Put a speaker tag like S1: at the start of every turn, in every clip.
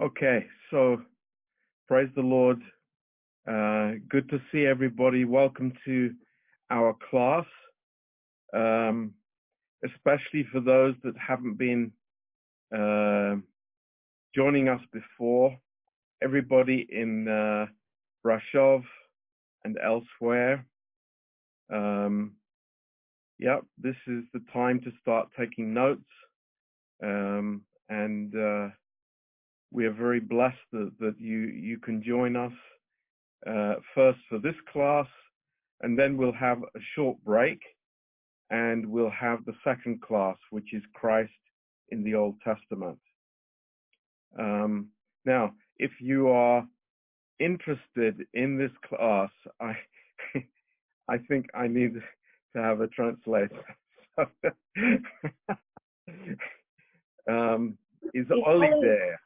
S1: Okay, so praise the Lord. Uh, good to see everybody. Welcome to our class, um, especially for those that haven't been uh, joining us before. Everybody in uh, Brasov and elsewhere. Um, yep, this is the time to start taking notes, um, and uh, we are very blessed that, that you you can join us uh, first for this class, and then we'll have a short break, and we'll have the second class, which is Christ in the Old Testament. Um, now, if you are interested in this class, I I think I need to have a translator. So, um, is
S2: Is
S1: Oli
S2: Oli-
S1: there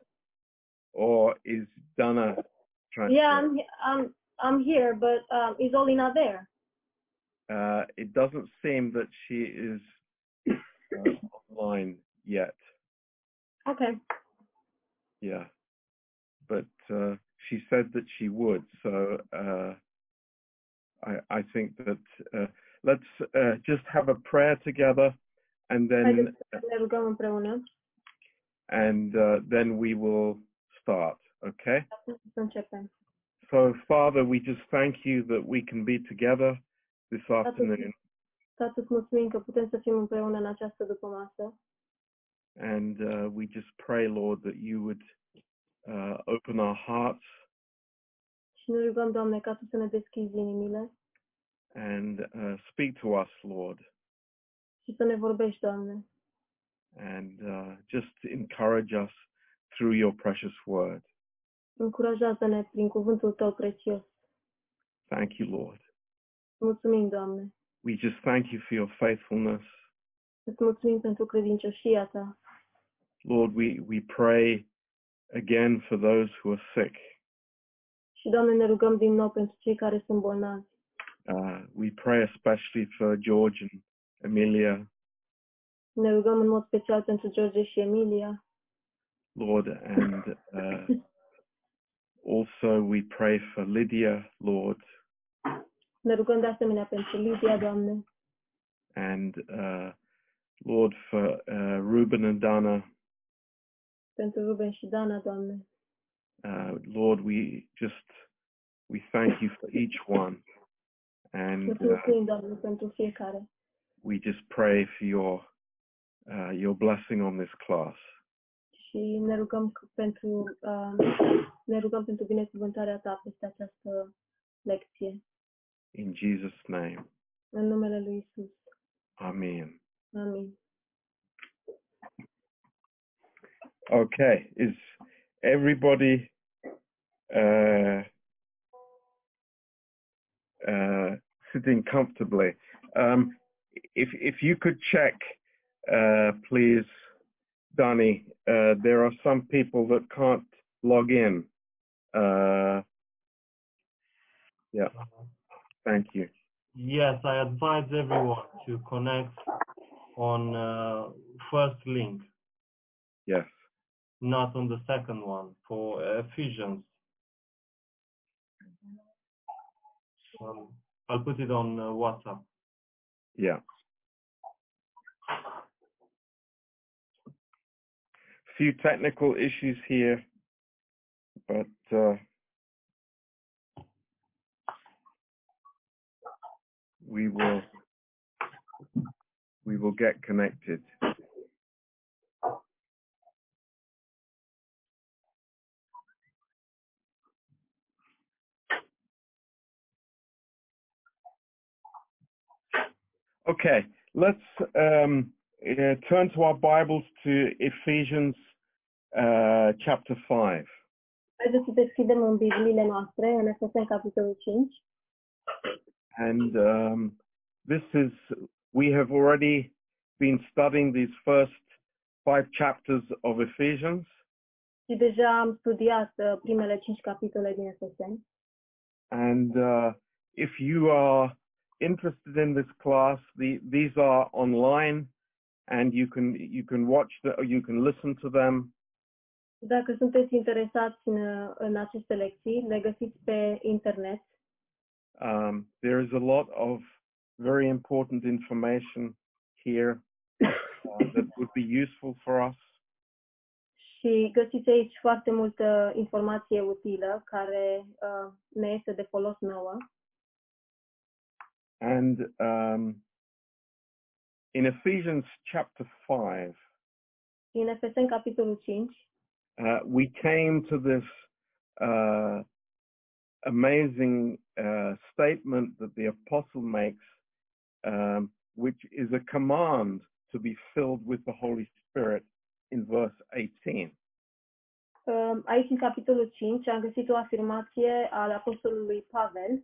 S1: or is Donna
S2: Yeah,
S1: translating?
S2: I'm he- I'm I'm here, but um, is Oli not there?
S1: Uh, it doesn't seem that she is uh, online yet.
S2: Okay.
S1: Yeah, but uh, she said that she would. So uh, I, I think that uh, let's uh, just have a prayer together, and
S2: Haideți
S1: then
S2: să ne rugăm împreună.
S1: and uh, then we will start. Okay.
S2: Să începem.
S1: So Father, we just thank you that we can be together this afternoon,
S2: Tată, îți mulțumim că putem să fim împreună în această dupămasă.
S1: and uh, we just pray, Lord, that you would uh, open our hearts
S2: Și ne rugăm, Doamne, ca Tu să ne deschizi inimile
S1: and uh, speak to us, Lord,
S2: și să ne vorbești, Doamne.
S1: and uh, just encourage us through your precious word.
S2: Încurajează-ne prin cuvântul Tău prețios.
S1: Thank you, Lord.
S2: Mulțumim, Doamne.
S1: We just thank you for your faithfulness.
S2: Îți mulțumim pentru credincioșia Ta.
S1: Lord, we, we pray again for those who are sick.
S2: Și, Doamne, ne rugăm din nou pentru cei care sunt bolnavi.
S1: Uh, we pray especially for George and Amelia,
S2: Ne rugăm în mod special pentru George și Emilia.
S1: Lord, and uh, also we pray for Lydia, Lord,
S2: Ne rugăm de asemenea pentru Lidia, Doamne,
S1: and uh, Lord for uh, Ruben and Dana.
S2: pentru Ruben și Dana, Doamne.
S1: Uh, Lord, we just we thank you for each one, and
S2: Îți
S1: uh,
S2: mulțumim, Doamne, pentru fiecare.
S1: we just pray for your uh, your blessing on this class.
S2: Și ne rugăm c- pentru uh, ne rugăm pentru binecuvântarea ta peste această lecție.
S1: In Jesus' name,
S2: În numele lui Isus.
S1: Amen.
S2: Amin.
S1: Okay, is everybody uh, uh, sitting comfortably? Um, if if you could check, uh, please, Danny. Uh, there are some people that can't log in. Uh, yeah, thank you.
S3: Yes, I advise everyone to connect on uh, first link,
S1: Yes.
S3: not on the second one for uh, Ephesians. Um, I'll put it on uh, WhatsApp.
S1: Yeah. Few technical issues here, but uh, we will we will get connected. Okay, let's um, uh, turn to our Bibles to Ephesians uh, chapter five.
S2: Haideți să deschidem în Bibliile noastre, în Efeseni, capitolul 5.
S1: And um, this is, we have already been studying these first five chapters of Ephesians.
S2: Și deja am studiat uh, primele cinci capitole din Efeseni.
S1: And uh, if you are interested in this class, the, these are online and you can, you can watch the, or you can listen to them.
S2: Dacă sunteți interesați în, uh, în aceste lecții, le găsiți pe internet.
S1: Um, there is a lot of very important information here uh, that would be useful for us.
S2: Și găsiți aici foarte multă informație utilă care uh, ne este de folos nouă.
S1: And um, in Ephesians chapter 5,
S2: În Efeseni, capitolul 5,
S1: uh, we came to this uh, amazing uh, statement that the apostle makes, um, which is a command to be filled with the Holy Spirit in verse 18.
S2: uh, aici în capitolul 5 am găsit o afirmație al apostolului Pavel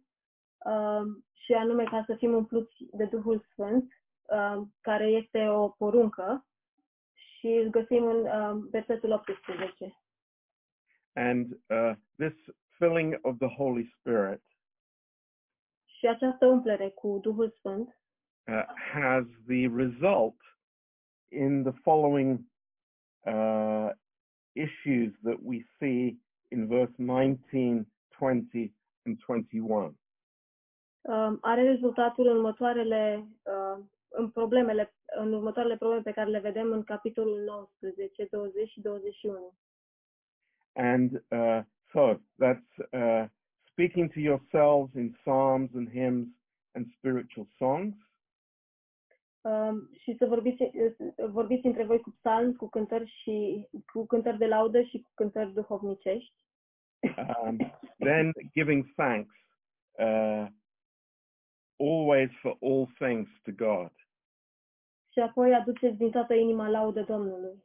S2: uh, și anume ca să fim umpluți de Duhul Sfânt, uh, care este o poruncă și îl găsim în uh, versetul 18.
S1: And uh, this filling of the Holy Spirit
S2: Și această umplere cu Duhul Sfânt
S1: uh, has the result in the following uh, issues that we see in verse 19, 20, and 21.
S2: um, are rezultatul în următoarele uh, în problemele în următoarele probleme pe care le vedem în capitolul 19, 20 și 21.
S1: And uh, so that's uh, speaking to yourselves in psalms and hymns and spiritual songs,
S2: Um, și să vorbiți, vorbiți între voi cu psalmi, cu cântări și cu cântări de laudă și cu cântări duhovnicești,
S1: um, then giving thanks uh, always for all things to God,
S2: și apoi aduceți din toată inima laudă Domnului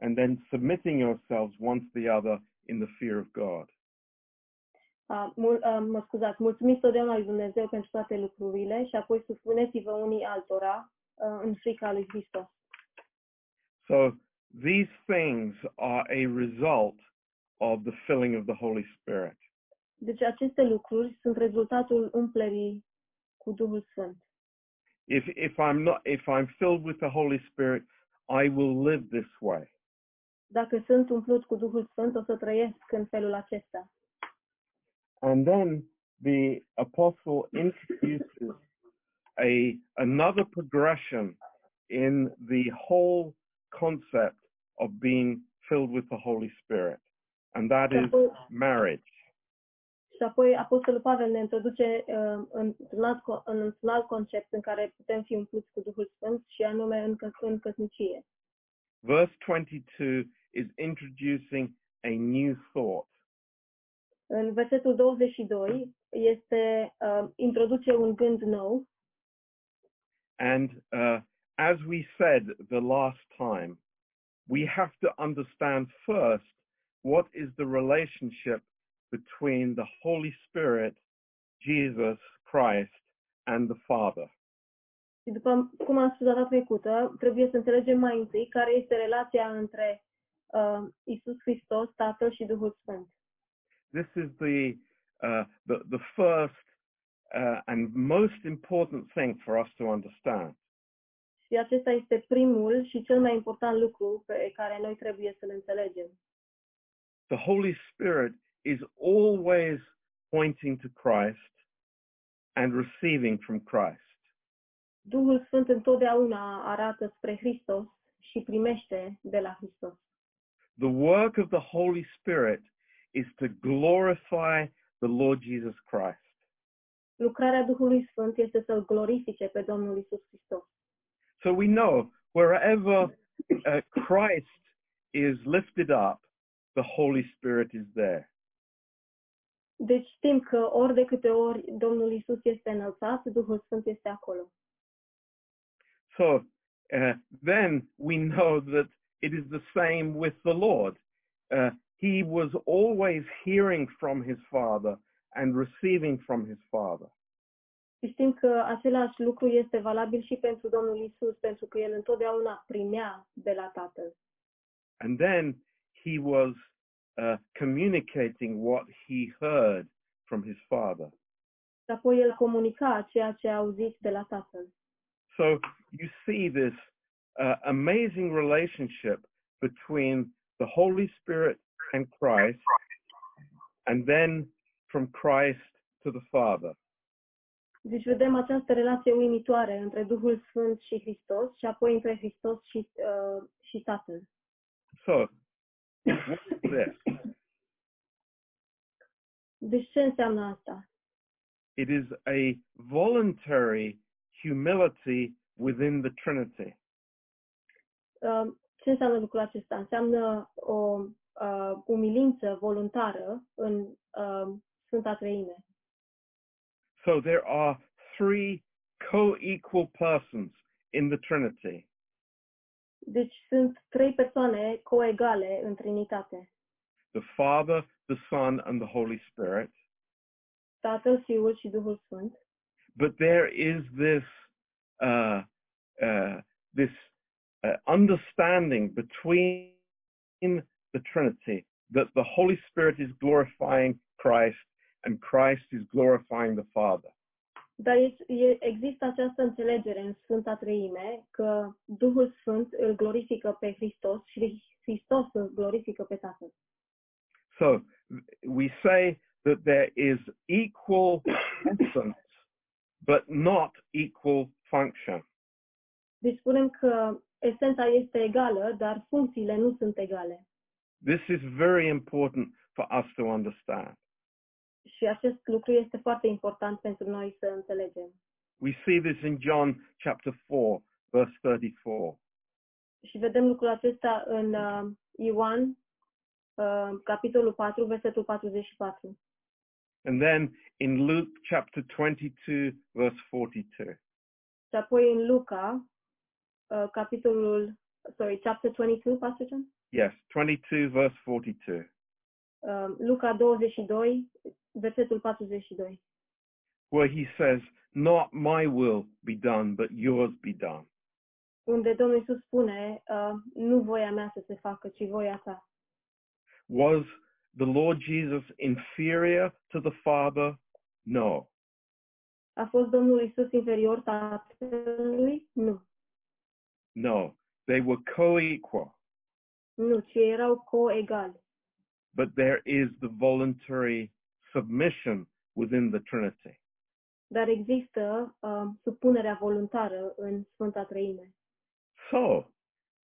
S1: and then submitting yourselves one to the other in the fear of God.
S2: A, mul, a, mă scuzați, mulțumiți totdeauna lui Dumnezeu pentru toate lucrurile și apoi supuneți-vă unii altora a, în frica lui Hristos.
S1: So these things are a result of the filling of the Holy Spirit.
S2: Deci aceste lucruri sunt rezultatul umplerii cu Duhul Sfânt.
S1: If if I'm not if I'm filled with the Holy Spirit, I will live this way.
S2: Dacă sunt umplut cu Duhul Sfânt, o să trăiesc în felul acesta.
S1: And then the apostle introduces a another progression in the whole concept of being filled with the Holy Spirit, and that
S2: Și
S1: is
S2: apoi-
S1: marriage.
S2: Și apoi Apostolul Pavel ne introduce uh, într-un alt, co- în- într-un alt concept în care putem fi umpluți cu Duhul Sfânt și anume în, căs- în căsnicie.
S1: Verse 22 is introducing a new thought.
S2: În versetul 22 este uh, introduce un gând nou
S1: And uh, as we said the last time, we have to understand first what is the relationship between the Holy Spirit, Jesus Christ, and the Father.
S2: și după cum am spus data trecută, trebuie să înțelegem mai întâi care este relația între uh, Isus Hristos, Tatăl și Duhul Sfânt.
S1: This is the uh, the, the first uh, and most important thing for us to understand.
S2: Și acesta este primul și cel mai important lucru pe care noi trebuie să-l înțelegem.
S1: The Holy Spirit is always pointing to Christ and receiving from Christ.
S2: Duhul Sfânt întotdeauna arată spre Hristos și primește de la Hristos.
S1: The work of the Holy Spirit is to glorify the Lord Jesus Christ.
S2: Lucrarea Duhului Sfânt este să-L glorifice pe Domnul Isus Hristos.
S1: So we know wherever uh, Christ is lifted up, the Holy Spirit is there.
S2: Deci știm că ori de câte ori Domnul Isus este înălțat, Duhul Sfânt este acolo.
S1: So uh, then we know that it is the same with the Lord. Uh, he was always hearing from his Father and receiving from his Father.
S2: Și știm că același lucru este valabil și pentru Domnul Isus, pentru că El întotdeauna primea de la Tatăl.
S1: And then he was uh, communicating what he heard from his Father.
S2: Și apoi El comunica ceea ce a auzit de la Tatăl.
S1: So you see this uh, amazing relationship between the Holy Spirit and Christ, and then from Christ to the Father.
S2: Deci vedem această relație uimitoare între Duhul Sfânt și Hristos și apoi între Hristos și, uh, și Tatăl.
S1: So, what is this?
S2: Deci ce înseamnă asta?
S1: It is a voluntary humility within the Trinity.
S2: Uh, ce înseamnă lucrul acesta? Înseamnă o uh, umilință voluntară în uh, Sfânta Treime.
S1: So there are three co-equal persons in the Trinity.
S2: Deci sunt trei persoane coegale în Trinitate.
S1: the Father, the Son, and the Holy Spirit.
S2: Tatăl, Fiul și Duhul Sfânt.
S1: But there is this uh, uh, this uh, understanding between the Trinity that the Holy Spirit is glorifying Christ and Christ is glorifying the Father.
S2: Dar e- e- există această înțelegere în Sfânta Treime că Duhul Sfânt îl glorifică pe Hristos și Hristos îl glorifică pe Tatăl.
S1: So we say that there is equal essence, but not equal function.
S2: Deci spunem că esența este egală, dar funcțiile nu sunt egale.
S1: This is very important for us to understand.
S2: Și acest lucru este foarte important pentru noi să înțelegem.
S1: We see this in John chapter 4, verse 34.
S2: Și vedem lucrul acesta în uh, Ioan, uh, capitolul 4, versetul 44.
S1: And then in Luke chapter 22, verse 42.
S2: Și apoi în Luca, uh, capitolul, sorry, chapter 22, Pastor John?
S1: Yes, 22, verse 42.
S2: Uh, Luca 22, versetul 42,
S1: Where he says, not my will be done, but yours be done.
S2: unde Domnul Iisus spune, uh, nu voia mea să se facă, ci voia ta.
S1: Was the Lord Jesus inferior to the Father? No.
S2: A fost Domnul Iisus inferior tatălui? Nu.
S1: No. They were co-equal,
S2: Nu, ci erau coegali.
S1: but there is the voluntary submission within the Trinity.
S2: Dar există uh, supunerea voluntară în Sfânta Trăime.
S1: So,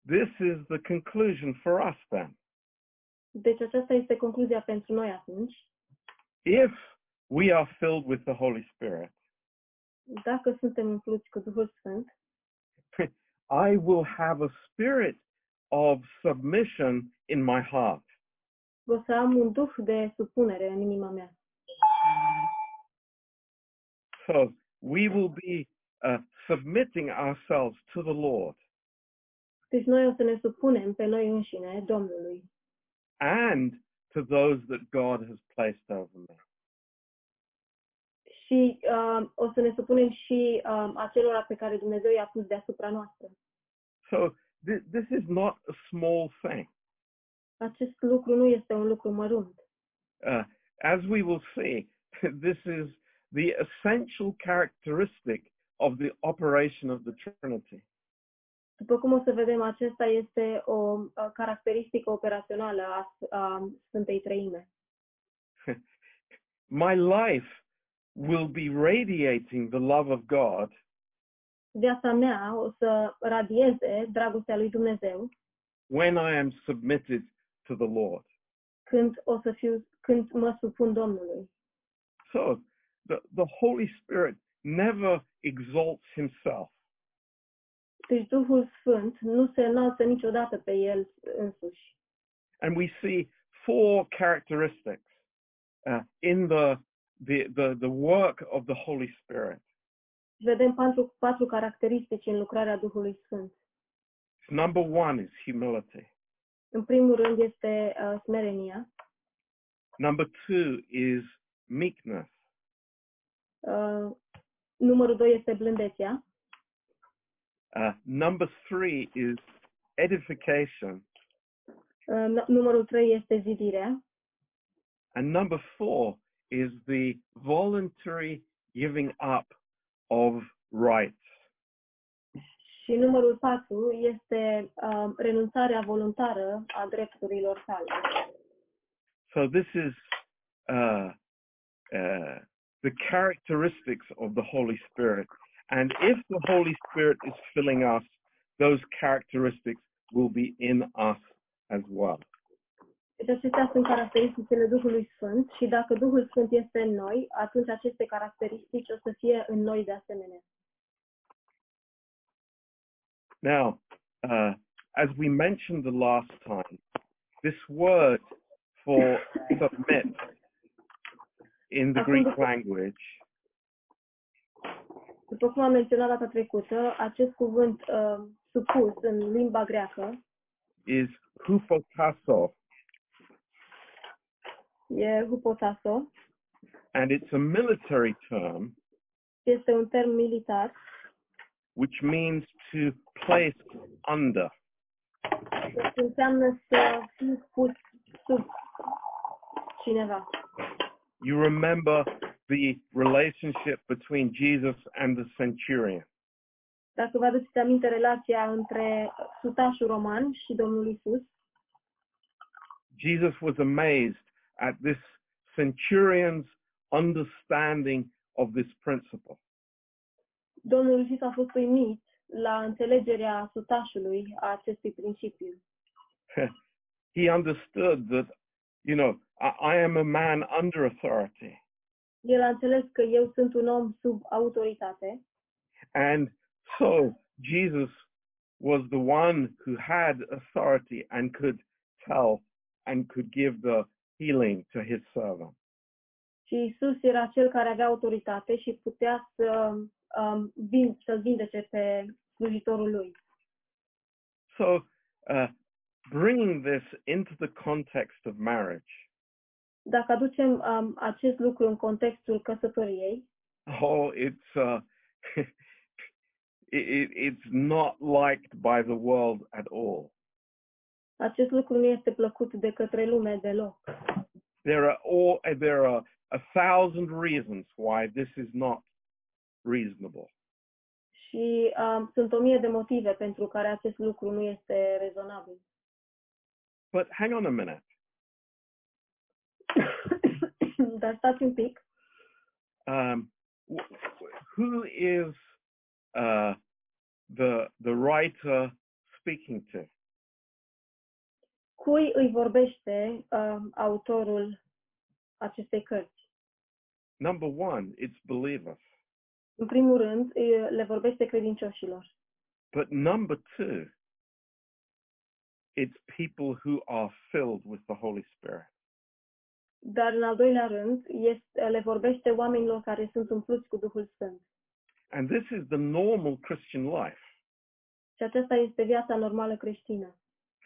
S1: this is the conclusion for us then.
S2: Deci aceasta este concluzia pentru noi atunci.
S1: If we are filled with the Holy Spirit,
S2: Dacă suntem umpluți cu Duhul Sfânt,
S1: I will have a spirit of submission in my heart.
S2: o să am un duh de supunere în inima mea.
S1: So we will be uh, submitting ourselves to the Lord
S2: Deci noi o să ne supunem pe noi înșine Domnului
S1: and to those that God has placed over me.
S2: și uh, o să ne supunem și uh, acelora pe care Dumnezeu i-a pus deasupra noastră.
S1: So th- this is not a small thing.
S2: Acest lucru nu este un lucru mărunt.
S1: Uh, as we will see, this is the essential characteristic of the operation of the Trinity.
S2: După cum o să vedem, acesta este o uh, caracteristică operațională a, S- a Sfântei Trăime.
S1: my life will be radiating the love of God
S2: Viața mea o să radieze dragostea lui Dumnezeu
S1: when I am submitted to the Lord.
S2: când o să fiu, când mă supun Domnului.
S1: So the, the Holy Spirit never exalts himself.
S2: Deci Duhul Sfânt nu se înalță niciodată pe El însuși.
S1: And we see four characteristics uh, in the, the, the, the work of the Holy Spirit.
S2: Vedem patru, patru caracteristici în lucrarea Duhului Sfânt.
S1: Number one is humility.
S2: În primul rând este uh, smerenia,
S1: Number two is meekness.
S2: uh, numărul doi este blândețea,
S1: Uh, number three is edification.
S2: uh, n- numărul trei este zidirea
S1: And number four is the voluntary giving up of rights.
S2: Și numărul 4 este um, renunțarea voluntară a drepturilor tale.
S1: So this is uh, uh, the characteristics of the Holy Spirit. And if the Holy Spirit is filling us, those characteristics will be in us as well.
S2: Deci acestea sunt caracteristicile Duhului Sfânt și dacă Duhul Sfânt este în noi, atunci aceste caracteristici o să fie în noi de asemenea.
S1: Now, uh, as we mentioned the last time, this word for submit in the Greek language
S2: După cum am menționat data trecută, acest cuvânt uh, supus în limba greacă
S1: is hupotasso,
S2: e hupotaso,
S1: and it's a military term
S2: este un term militar
S1: which means to place under.
S2: Deci înseamnă să fii pus sub cineva.
S1: You remember the relationship between Jesus and the centurion.
S2: Dacă vă aduceți aminte relația între sutașul roman și Domnul Isus,
S1: Jesus was amazed at this centurion's understanding of this principle.
S2: Domnul Isus a fost uimit la înțelegerea sutașului a acestui principiu.
S1: He understood that, you know, I, I am a man under authority
S2: El a înțeles că eu sunt un om sub autoritate
S1: And so Jesus was the one who had authority and could tell and could give the healing to his servant.
S2: și Isus era cel care avea autoritate și putea să um, vin, să vindece pe slujitorul lui.
S1: So uh, bringing this into the context of marriage,
S2: Dacă aducem um, acest lucru în contextul căsătoriei,
S1: oh, it's uh, it, it, it's not liked by the world at all.
S2: acest lucru nu este plăcut de către lume deloc.
S1: There are all there are a thousand reasons why this is not reasonable.
S2: Și um, sunt o mie de motive pentru care acest lucru nu este rezonabil.
S1: But hang on a minute.
S2: Dar stați un pic.
S1: um, w- who is uh, the the writer speaking to?
S2: Cui îi vorbește uh, autorul acestei cărți?
S1: Number one, it's believers,
S2: În primul rând, îi- le vorbește credincioșilor.
S1: but number two, it's people who are filled with the Holy Spirit.
S2: Dar, în al doilea rând, este, le vorbește oamenilor care sunt umpluți cu Duhul Sfânt.
S1: And this is the normal Christian life.
S2: Și aceasta este viața normală creștină.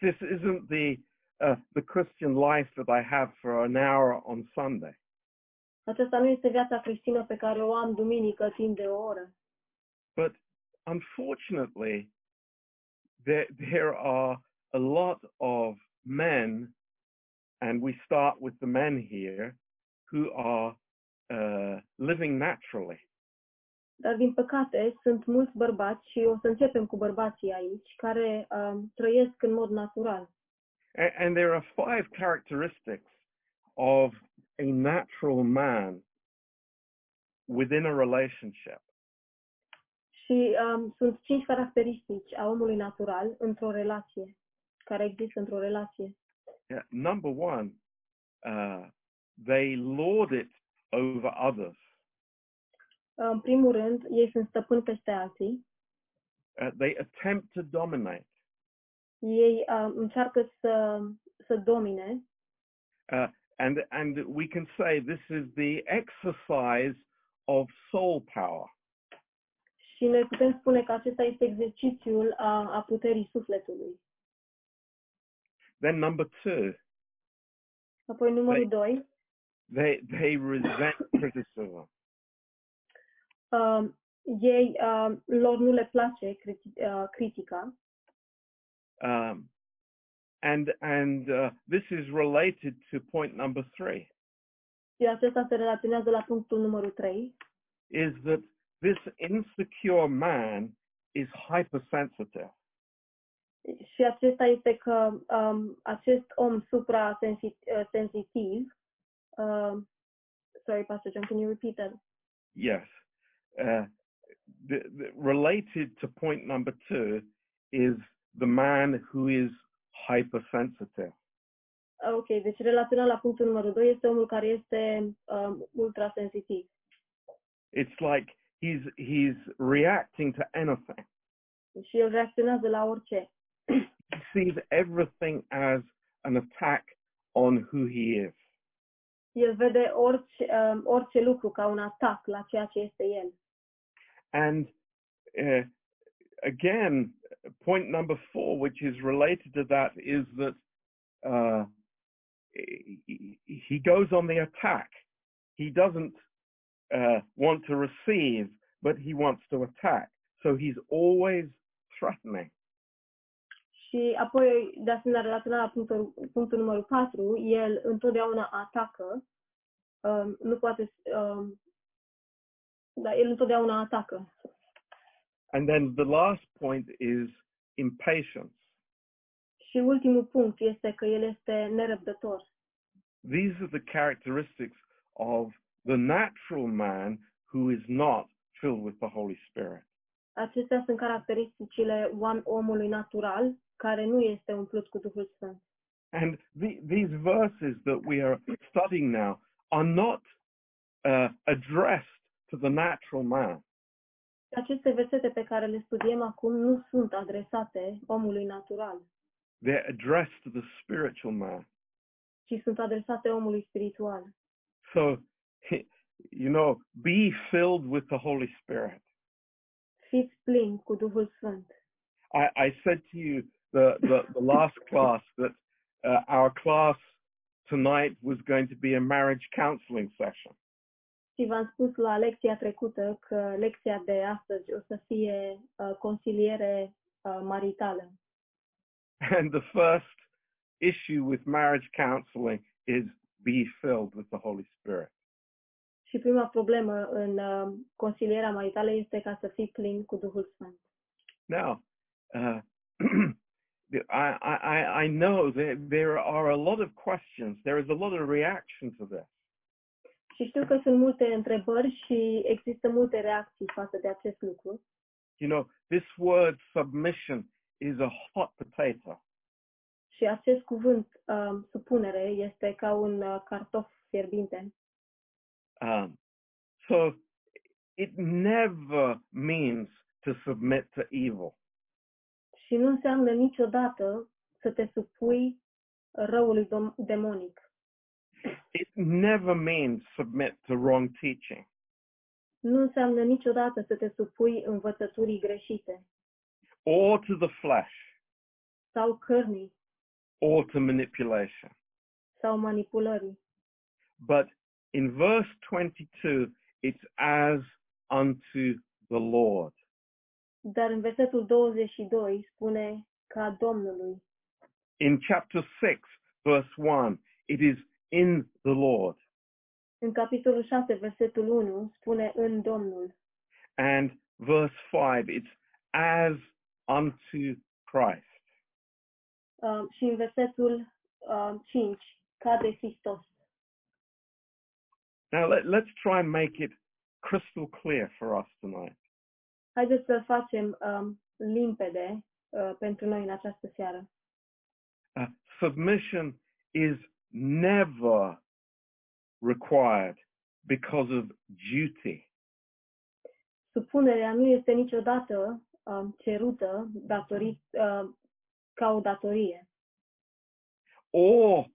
S1: This isn't the uh, the Christian life that I have for an hour on Sunday.
S2: Aceasta nu este viața creștină pe care o am duminică timp de o oră.
S1: But unfortunately, there, there are a lot of men, and we start with the men here, who are uh, living naturally.
S2: Dar, din păcate, sunt mulți bărbați și o să începem cu bărbații aici, care um, trăiesc în mod natural.
S1: And, and there are five characteristics of a natural man within a relationship.
S2: Și um, sunt cinci caracteristici a omului natural într-o relație, care există într-o relație.
S1: Yeah, number one, uh, they lord it over others.
S2: În primul rând, ei sunt stăpâni peste alții,
S1: Uh, they attempt to dominate.
S2: ei um, încearcă să, să domine
S1: Uh, and and we can say this is the exercise of soul power.
S2: și noi putem spune că acesta este exercițiul a, a puterii sufletului.
S1: Then number two,
S2: Apoi numărul
S1: Păi-
S2: 2,
S1: they they resent criticism.
S2: um, ei, um, lor nu le place criti- uh, critica
S1: Um, and and uh, this is related to point number three,
S2: și acesta se relaționează la punctul numărul 3,
S1: is that this insecure man is hypersensitive.
S2: Și acesta este că um, acest om suprasensitiv, um, sorry, Pastor John, can you repeat that?
S1: Yes. Uh, the, the, related to point number two is the man who is hypersensitive.
S2: Ok, deci relaționat la punctul numărul 2 este omul care este um, ultrasensitiv.
S1: It's like he's he's reacting to anything.
S2: Și el reacționează la orice.
S1: He sees everything as an attack on who he is.
S2: El vede orice, um, orice lucru ca un atac la ceea ce este el.
S1: And uh, again, point number four, which is related to that, is that uh, he goes on the attack. He doesn't uh, want to receive, but he wants to attack. So he's always threatening.
S2: Și apoi, de asemenea, relaționat la punctul, punctul numărul 4, el întotdeauna atacă, um, nu poate, um, dar el întotdeauna atacă.
S1: And then the last point is impatience.
S2: Și ultimul punct este că el este nerăbdător.
S1: These are the characteristics of the natural man who is not filled with the Holy Spirit.
S2: Acestea sunt caracteristicile oam- omului natural care nu este umplut cu Duhul Sfânt.
S1: And the, these verses that we are studying now are not uh, addressed to the natural man.
S2: Aceste versete pe care le studiem acum nu sunt adresate omului natural,
S1: They're addressed to the spiritual man.
S2: ci sunt adresate omului spiritual.
S1: So, you know, be filled with the Holy Spirit.
S2: Fiți plini cu Duhul Sfânt.
S1: I, I said to you the, the, the last class that uh, our class tonight was going to be a marriage counseling session.
S2: Și v-am spus la lecția trecută că lecția de astăzi o să fie uh, consiliere uh, maritală.
S1: And the first issue with marriage counseling is be filled with the Holy Spirit.
S2: Și prima problemă în uh, consilierea maritală este ca să fii plin cu Duhul Sfânt.
S1: Now, uh, the- I, I, I- I know that there are a lot of questions. There is a lot of reaction to this.
S2: Și știu că sunt multe întrebări și există multe reacții față de acest lucru.
S1: You know, this word submission is a hot potato.
S2: Și acest cuvânt, um, supunere, este ca un uh, cartof fierbinte.
S1: Um, so it never means to submit to evil.
S2: Și nu înseamnă niciodată să te supui răului dom- demonic.
S1: It never means submit to wrong teaching.
S2: Nu înseamnă niciodată să te supui învățăturii greșite
S1: or to the flesh
S2: sau cărnii
S1: or to manipulation.
S2: sau manipulării.
S1: But in verse 22, it's as unto the Lord.
S2: Dar în versetul 22 spune ca Domnului.
S1: In chapter 6, verse 1, it is in the Lord.
S2: În capitolul 6, versetul 1 spune în Domnul.
S1: And verse 5, it's as unto Christ.
S2: Uh, și în versetul uh, 5, ca de Hristos.
S1: Now let, let's try and make it crystal clear for us tonight.
S2: Haideți să facem um, limpede uh, pentru noi în această seară.
S1: Uh, submission is never required because of duty.
S2: Supunerea nu este niciodată um, cerută datorit, uh, ca o datorie
S1: or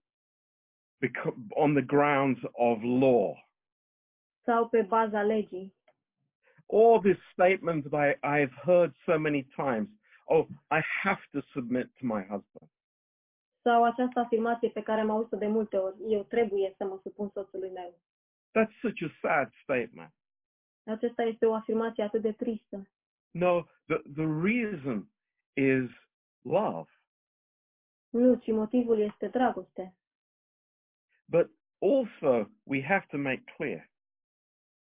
S1: becau- on the grounds of law.
S2: sau pe baza legii.
S1: Or this statement that I, I've heard so many times, oh, I have to submit to my husband.
S2: Sau această afirmație pe care am auzit-o de multe ori, eu trebuie să mă supun soțului meu.
S1: That's such a sad statement.
S2: Acesta este o afirmație atât de tristă.
S1: No, the, the reason is love,
S2: Nu, ci motivul este dragoste.
S1: but also we have to make clear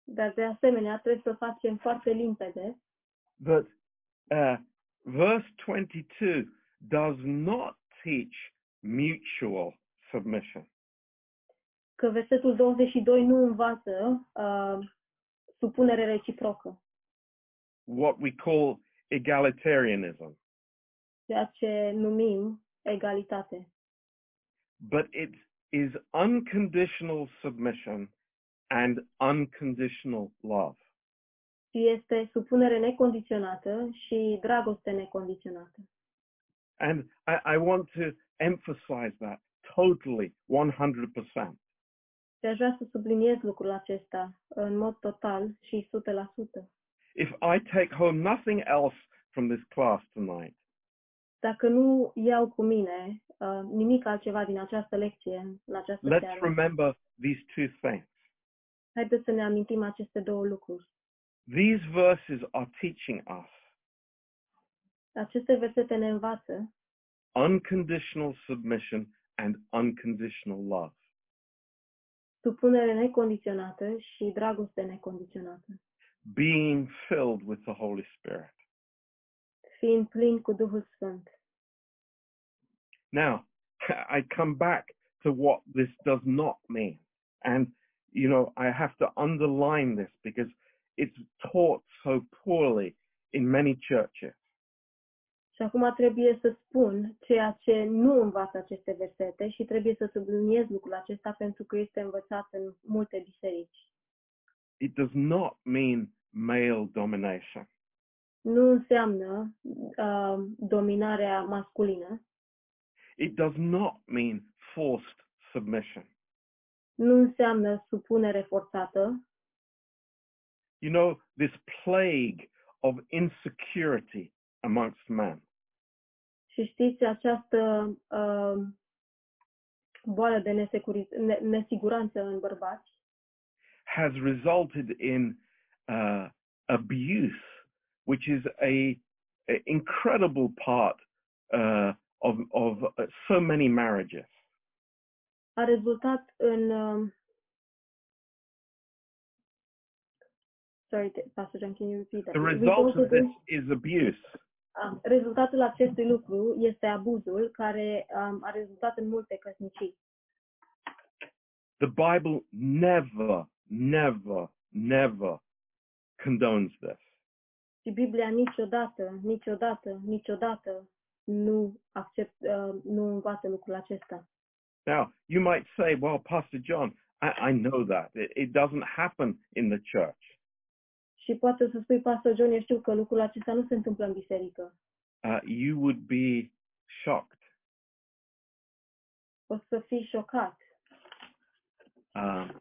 S2: Dar de asemenea trebuie să facem foarte limpede
S1: that uh, verse 22 does not teach mutual submission.
S2: că versetul 22 nu învață uh, supunere reciprocă,
S1: what we call egalitarianism,
S2: ceea ce numim egalitate.
S1: but it is unconditional submission and unconditional love.
S2: Și este supunere necondiționată și dragoste necondiționată.
S1: And I, I want to emphasize that totally, 100%.
S2: Și aș vrea să subliniez lucrul acesta în mod total și 100%.
S1: If I take home nothing else from this class tonight,
S2: Dacă nu iau cu mine uh, nimic altceva din această lecție, în această
S1: let's
S2: seară,
S1: remember these two things.
S2: haideți să ne amintim aceste două lucruri.
S1: These verses are teaching us
S2: Aceste versete ne învață
S1: unconditional submission and unconditional love.
S2: supunere necondiționată și dragoste necondiționată,
S1: being filled with the Holy Spirit.
S2: fiind plin cu Duhul Sfânt.
S1: Now, I come back to what this does not mean. And, you know, I have to underline this because it's taught so poorly in many churches.
S2: Și acum trebuie să spun ceea ce nu învață aceste versete și trebuie să subliniez lucrul acesta pentru că este învățat în multe biserici.
S1: It does not mean male domination.
S2: Nu înseamnă uh, dominarea masculină,
S1: It does not mean forced submission.
S2: nu înseamnă supunere forțată,
S1: You know, this plague of insecurity amongst men.
S2: Și știți, această uh, boală de nesecuri- ne- nesiguranță în bărbați
S1: has resulted in uh, abuse, which is a, a incredible part uh, of of uh, so many marriages.
S2: a rezultat în... Uh, sorry, te- Pastor John, can you repeat that?
S1: The result of this
S2: Rezultatul-
S1: is abuse,
S2: a, uh, Rezultatul acestui lucru este abuzul care um, a rezultat în multe căsnicii.
S1: the Bible never, never, never condones this.
S2: Și Biblia niciodată, niciodată, niciodată nu accept, uh, nu învață lucrul acesta.
S1: Now you might say, "Well, Pastor John, I, I know that it, it doesn't happen in the church."
S2: Și poate o să spui, Pastor John, eu știu că lucrul acesta nu se întâmplă în biserică.
S1: Uh, you would be shocked.
S2: o să fii șocat.
S1: Um,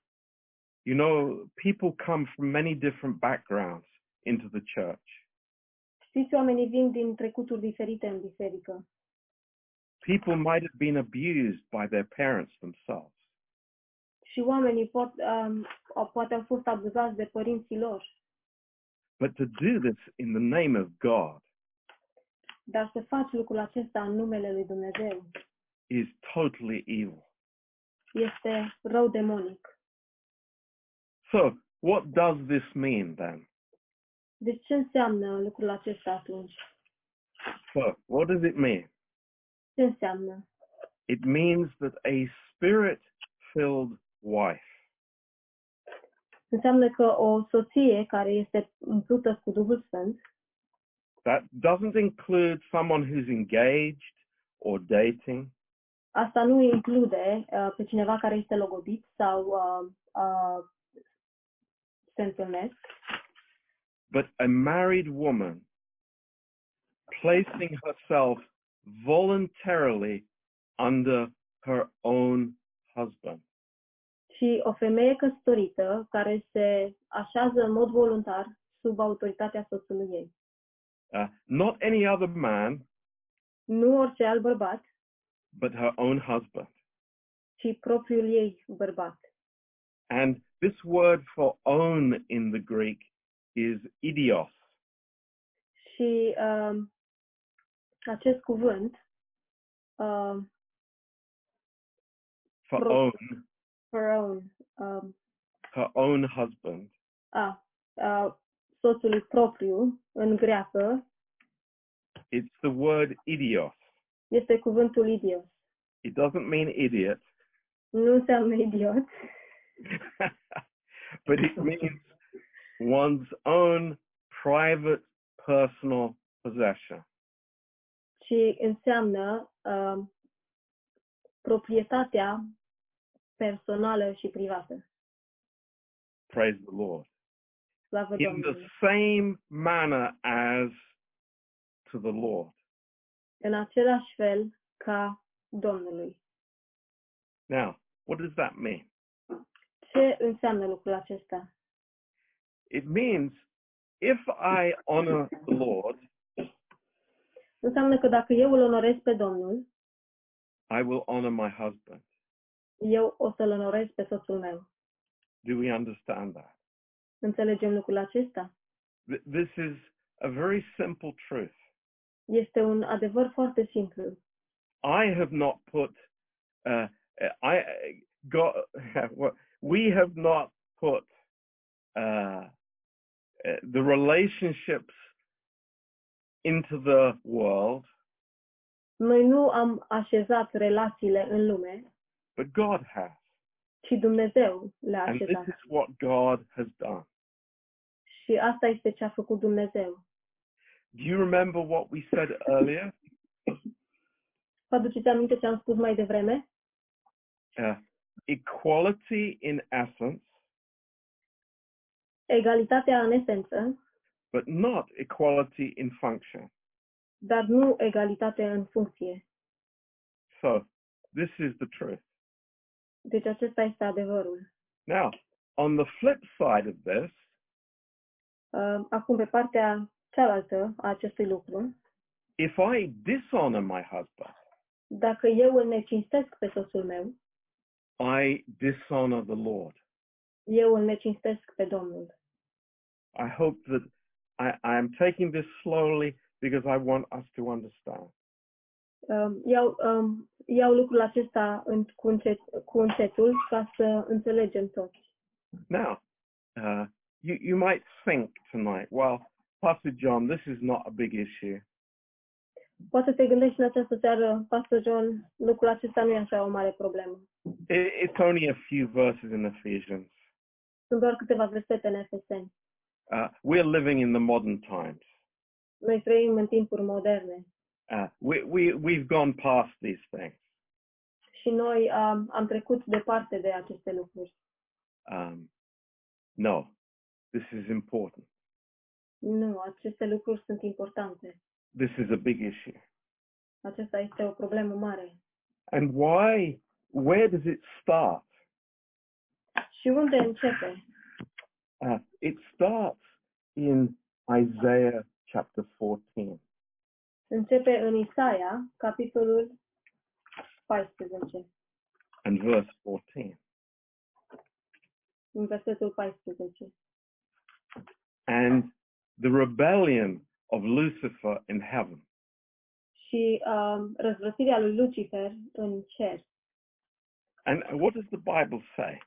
S1: you know, people come from many different backgrounds into the church.
S2: Știți, oamenii vin din trecuturi diferite în biserică.
S1: People might have been abused by their parents themselves.
S2: Și oamenii pot, um, au- poate au fost abuzați de părinții lor,
S1: But to do this in the name of God
S2: dar să faci lucrul acesta în numele lui Dumnezeu
S1: is totally evil.
S2: este rău demonic.
S1: So, what does this mean then?
S2: Deci ce înseamnă lucrul acesta atunci?
S1: So, what does it mean?
S2: Ce înseamnă?
S1: It means that a spirit filled wife
S2: Înseamnă că o soție care este umplută cu Duhul Sfânt,
S1: that doesn't include someone who's engaged or dating,
S2: asta nu include uh, pe cineva care este logodit sau uh, uh, se întâlnesc,
S1: but a married woman placing herself voluntarily under her own husband.
S2: și o femeie căsătorită care se așează în mod voluntar sub autoritatea soțului ei.
S1: Uh, not any other man,
S2: Nu orice alt bărbat,
S1: but her own husband.
S2: ci propriul ei bărbat.
S1: And this word for own in the Greek is idios.
S2: Și uh, acest cuvânt, uh,
S1: For
S2: Pro-
S1: own,
S2: her own, uh,
S1: her own husband,
S2: a, a, soțului propriu în greacă,
S1: It's the word idios.
S2: este cuvântul idios.
S1: It doesn't mean idiot,
S2: Nu înseamnă idiot,
S1: but it means one's own private personal possession.
S2: ci înseamnă uh, proprietatea personală și privată.
S1: Praise the Lord.
S2: Slavă
S1: In the
S2: Domnului!
S1: same manner as to the Lord.
S2: În același fel ca Domnului.
S1: Now, what does that mean?
S2: Ce înseamnă lucrul acesta?
S1: It means if I honor the Lord,
S2: Înseamnă că dacă eu îl onorez pe Domnul,
S1: I will honor my husband.
S2: eu o să-l onorez pe soțul meu.
S1: Do we understand that?
S2: Înțelegem lucrul acesta?
S1: Th- This is a very simple truth.
S2: Este un adevăr foarte simplu.
S1: I have not put, uh, I uh, got, well, we have not put uh, uh, the relationships into the world,
S2: Noi nu am așezat relațiile în lume,
S1: but God has.
S2: ci Dumnezeu le-a
S1: And this
S2: așezat.
S1: is what God has done.
S2: Și asta este ce a făcut Dumnezeu.
S1: Do you remember what we said earlier?
S2: Vă aduceți aminte ce am spus mai devreme?
S1: Uh, equality in essence,
S2: Egalitatea în esență,
S1: but not equality in function.
S2: dar nu egalitate în funcție.
S1: So this is the truth.
S2: Deci acesta este adevărul.
S1: Now, on the flip side of this,
S2: Uh, Acum, pe partea cealaltă a acestui lucru,
S1: if I dishonor my husband,
S2: dacă eu îl necinstesc pe soțul meu,
S1: I dishonor the Lord.
S2: eu îl necinstesc pe Domnul.
S1: I hope that I, I am taking this slowly because I want us to understand.
S2: Um, Iau, um, iau lucrul acesta în, cu, încet, cu încetul ca să înțelegem toți.
S1: Now, uh, you, you might think tonight, well, Pastor John, this is not a big issue.
S2: Poate te gândești în această seară, Pastor John, lucrul acesta nu e așa o mare problemă.
S1: It, it's only a few verses in Ephesians.
S2: Sunt doar câteva versete în Efeseni.
S1: Uh, we're living in the modern times.
S2: Noi trăim în timpuri moderne
S1: Uh, we, we, we've gone past these things.
S2: și noi am, am trecut departe de aceste lucruri.
S1: Um, no, this is important.
S2: Nu, aceste lucruri sunt importante.
S1: This is a big issue.
S2: Aceasta este o problemă mare.
S1: And why, where does it start?
S2: Și unde începe?
S1: Uh, it starts in Isaiah chapter 14.
S2: Începe în Isaia, capitolul 14,
S1: and verse 14.
S2: în versetul 14.
S1: And the rebellion of Lucifer in heaven.
S2: Și um, răzvrătirea lui Lucifer în cer.
S1: And what does the Bible say?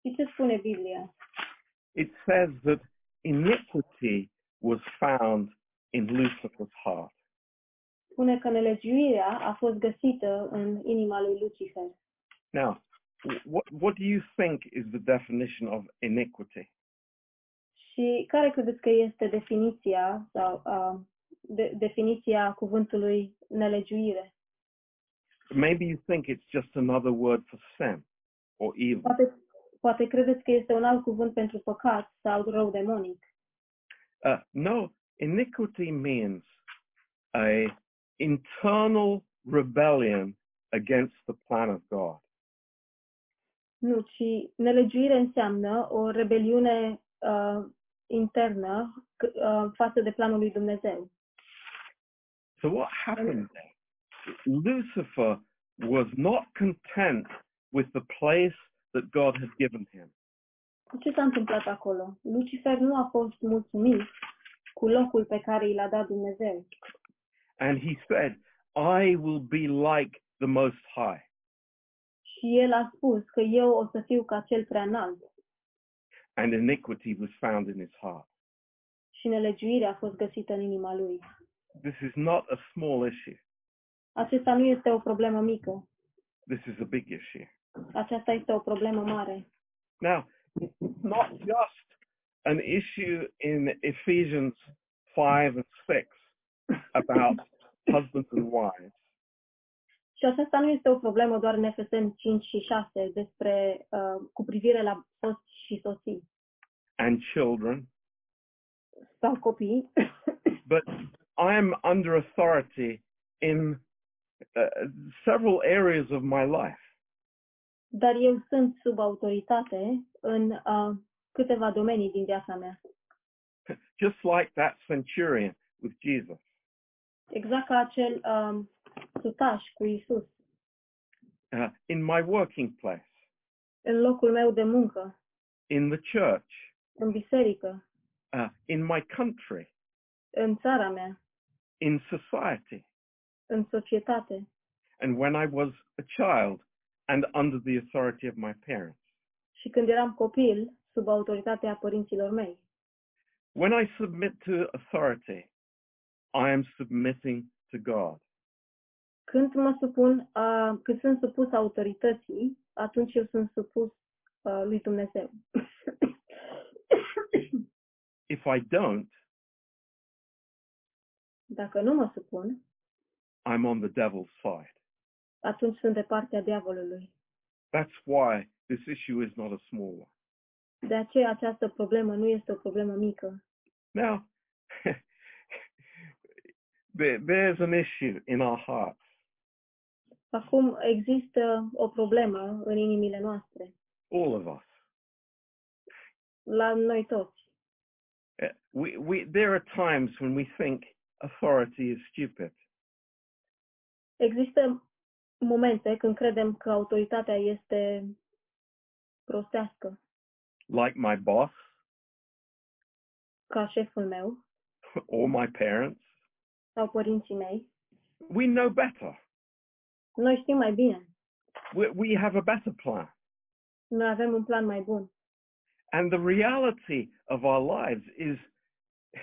S2: Și ce spune Biblia?
S1: It says that iniquity was found in Lucifer's heart.
S2: Spune că nelegiuirea a fost găsită în inima lui Lucifer.
S1: Now, wh- what, what do you think is the definition of iniquity?
S2: Și care credeți că este definiția sau uh, de, definiția cuvântului nelegiuire?
S1: Maybe you think it's just another word for sin or evil.
S2: Poate, poate credeți că este un alt cuvânt pentru păcat sau rău demonic.
S1: Uh, no, iniquity means a internal rebellion against the plan of God.
S2: Nu, ci nelegiuire înseamnă o rebeliune uh, internă c- uh, față de planul lui Dumnezeu.
S1: So what happened there? Lucifer was not content with the place that God had given him.
S2: Ce s-a întâmplat acolo? Lucifer nu a fost mulțumit cu locul pe care i l-a dat Dumnezeu
S1: And he said, I will be like the Most High.
S2: și el a spus că eu o să fiu ca cel prea înalt.
S1: And iniquity was found in his heart.
S2: și nelegiuirea a fost găsită în inima lui.
S1: this is not a small issue.
S2: Acesta nu este o problemă mică.
S1: This is a big issue.
S2: Aceasta este o problemă mare.
S1: Now, it's not just an issue in Ephesians 5 and 6 about husbands and wives.
S2: Și aceasta nu este o problemă doar în Efeseni 5 și 6 despre uh, cu privire la soți și soții
S1: and children,
S2: sau copii,
S1: but I am under authority in uh, several areas of my life.
S2: dar eu sunt sub autoritate în uh, câteva domenii din viața mea.
S1: Just like that centurion with Jesus,
S2: Exact ca acel uh, sutaș cu Isus
S1: uh, in my working place,
S2: în locul meu de muncă,
S1: in the church,
S2: în biserică,
S1: uh, in my country,
S2: în țara mea,
S1: in society,
S2: în societate
S1: and when I was a child and under the authority of my parents.
S2: și când eram copil, sub autoritatea părinților mei.
S1: When I submit to authority, I am submitting to God.
S2: Când mă supun, uh, când sunt supus autorității, atunci eu sunt supus uh, lui Dumnezeu.
S1: If I don't,
S2: Dacă nu mă supun,
S1: I'm on the devil's side.
S2: atunci sunt de partea diavolului.
S1: That's why this issue is not a small one.
S2: De aceea această problemă nu este o problemă mică.
S1: Now, there, there's an issue in our hearts.
S2: Acum există o problemă în inimile noastre,
S1: all of us.
S2: la noi toți.
S1: Uh, We, we, there are times when we think authority is stupid.
S2: Există momente când credem că autoritatea este prostească,
S1: Like my boss
S2: ca șeful meu
S1: or my parents,
S2: sau părinții mei.
S1: we know better.
S2: Noi știm mai bine,
S1: We, we have a better plan.
S2: noi avem un plan mai bun.
S1: And the reality of our lives is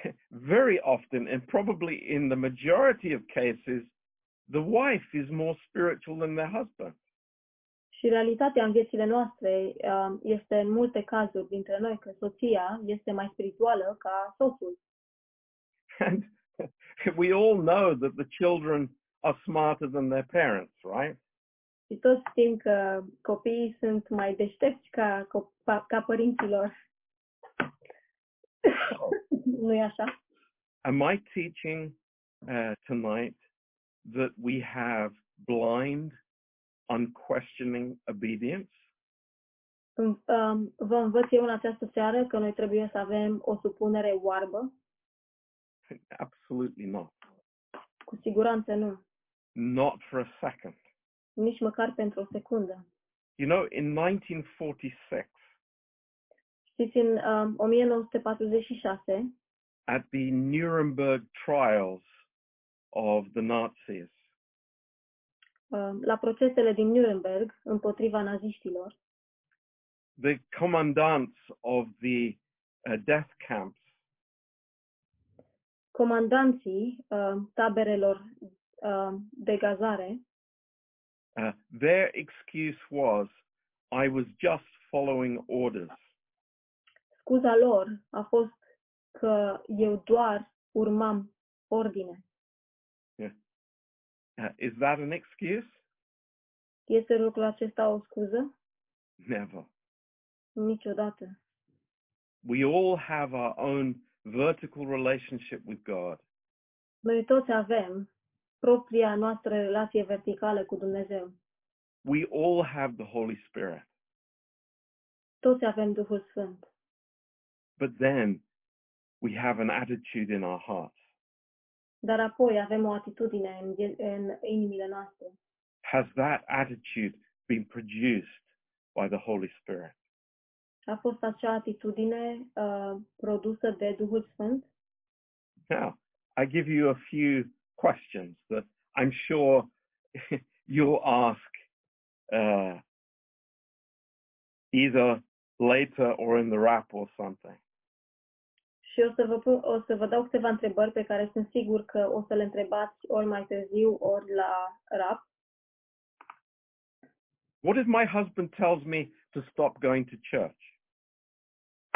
S1: very often, and probably in the majority of cases, the wife is more spiritual than the husband.
S2: Și realitatea în viețile noastre uh, este în multe cazuri dintre noi că soția este mai spirituală ca soțul.
S1: And we all know that the children are smarter than their parents, right?
S2: Și toți știm că copiii sunt mai deștepți ca, cop- pa- ca părinților. nu e așa?
S1: Am I teaching uh, tonight that we have blind, unquestioning obedience?
S2: Îmi- um, Vă învăț eu în această seară că noi trebuie să avem o supunere oarbă?
S1: Absolutely not.
S2: Cu siguranță nu.
S1: Not for a second.
S2: Nici măcar pentru o secundă.
S1: You know, in 1946,
S2: Știți, în um, 1946,
S1: at the Nuremberg trials of the Nazis,
S2: um, la procesele din Nuremberg împotriva naziștilor,
S1: the commandants of the uh, death camps
S2: comandanții um, taberelor um, de gazare
S1: Uh, their excuse was, I was just following orders.
S2: scuza lor a fost că eu doar urmam ordine.
S1: Uh, is that an excuse?
S2: Este lucrul acesta o scuză?
S1: Never.
S2: Niciodată.
S1: We all have our own vertical relationship with God.
S2: Noi toți avem propria noastră relație verticală cu Dumnezeu.
S1: We all have the Holy Spirit.
S2: Toți avem Duhul Sfânt.
S1: But then we have an attitude in our hearts.
S2: Dar apoi avem o atitudine în, vie- în inimile noastre.
S1: Has that attitude been produced by the Holy Spirit?
S2: A fost acea atitudine uh, produsă de Duhul Sfânt?
S1: Now, I give you a few questions that I'm sure you'll ask uh, either later or in the rap or something.
S2: și o să, vă, pun- o să vă dau câteva întrebări pe care sunt sigur că o să le întrebați ori mai târziu, ori la rap.
S1: What if my husband tells me to stop going to church?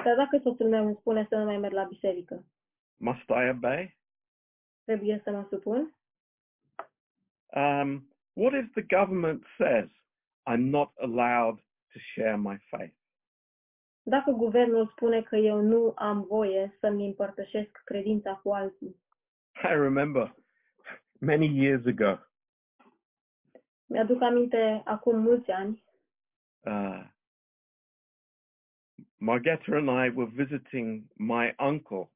S2: Dar dacă soțul meu îmi spune să nu mai merg la biserică,
S1: Must I obey?
S2: trebuie să mă supun?
S1: Um, what if the government says I'm not allowed to share my faith?
S2: Dacă guvernul spune că eu nu am voie să-mi împărtășesc credința cu alții,
S1: I remember many years ago,
S2: mi-aduc aminte acum mulți ani,
S1: uh, Margetta and I were visiting my uncle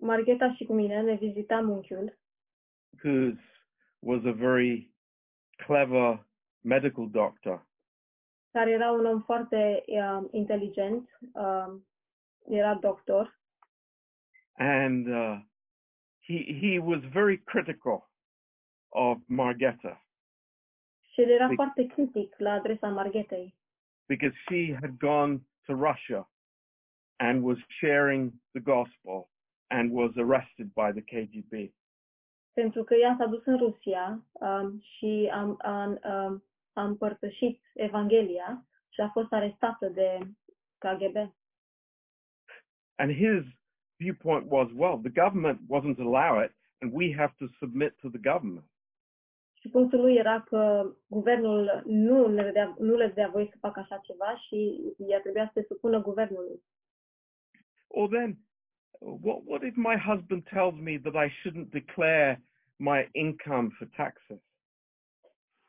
S2: Margheta și cu mine ne vizitam unchiul,
S1: who was a very clever medical doctor.
S2: care era un om foarte um, inteligent, um, era doctor
S1: And uh, he, he was very critical of Margetta
S2: și el era
S1: Deci-
S2: foarte critic la adresa Marghetei.
S1: because she had gone to Russia and was sharing the gospel and was arrested by the KGB.
S2: pentru că ea s-a dus în Rusia um, și am, am, am, a împărtășit Evanghelia și a fost arestată de KGB.
S1: And his viewpoint was, well, the government wasn't allow it, and we have to submit to the government.
S2: Și punctul lui era că guvernul nu le dea, nu le dea voie să facă așa ceva și ea trebuia să se supună guvernului.
S1: Or then, what, what if my husband tells me that I shouldn't declare my income for taxes?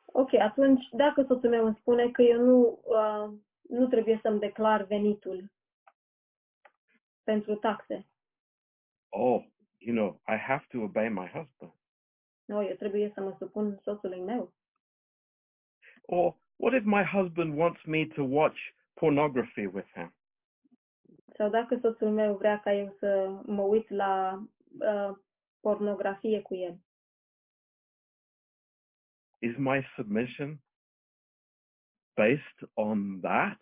S2: Ok, atunci dacă soțul meu îmi spune că eu nu, uh, nu trebuie să-mi declar venitul pentru taxe,
S1: Oh, you know, I have to obey my husband.
S2: nu, eu trebuie să mă supun soțului meu.
S1: Or what if my husband wants me to watch pornography with him?
S2: Sau dacă soțul meu vrea ca eu să mă uit la uh, pornografie cu el,
S1: Is my submission based on that?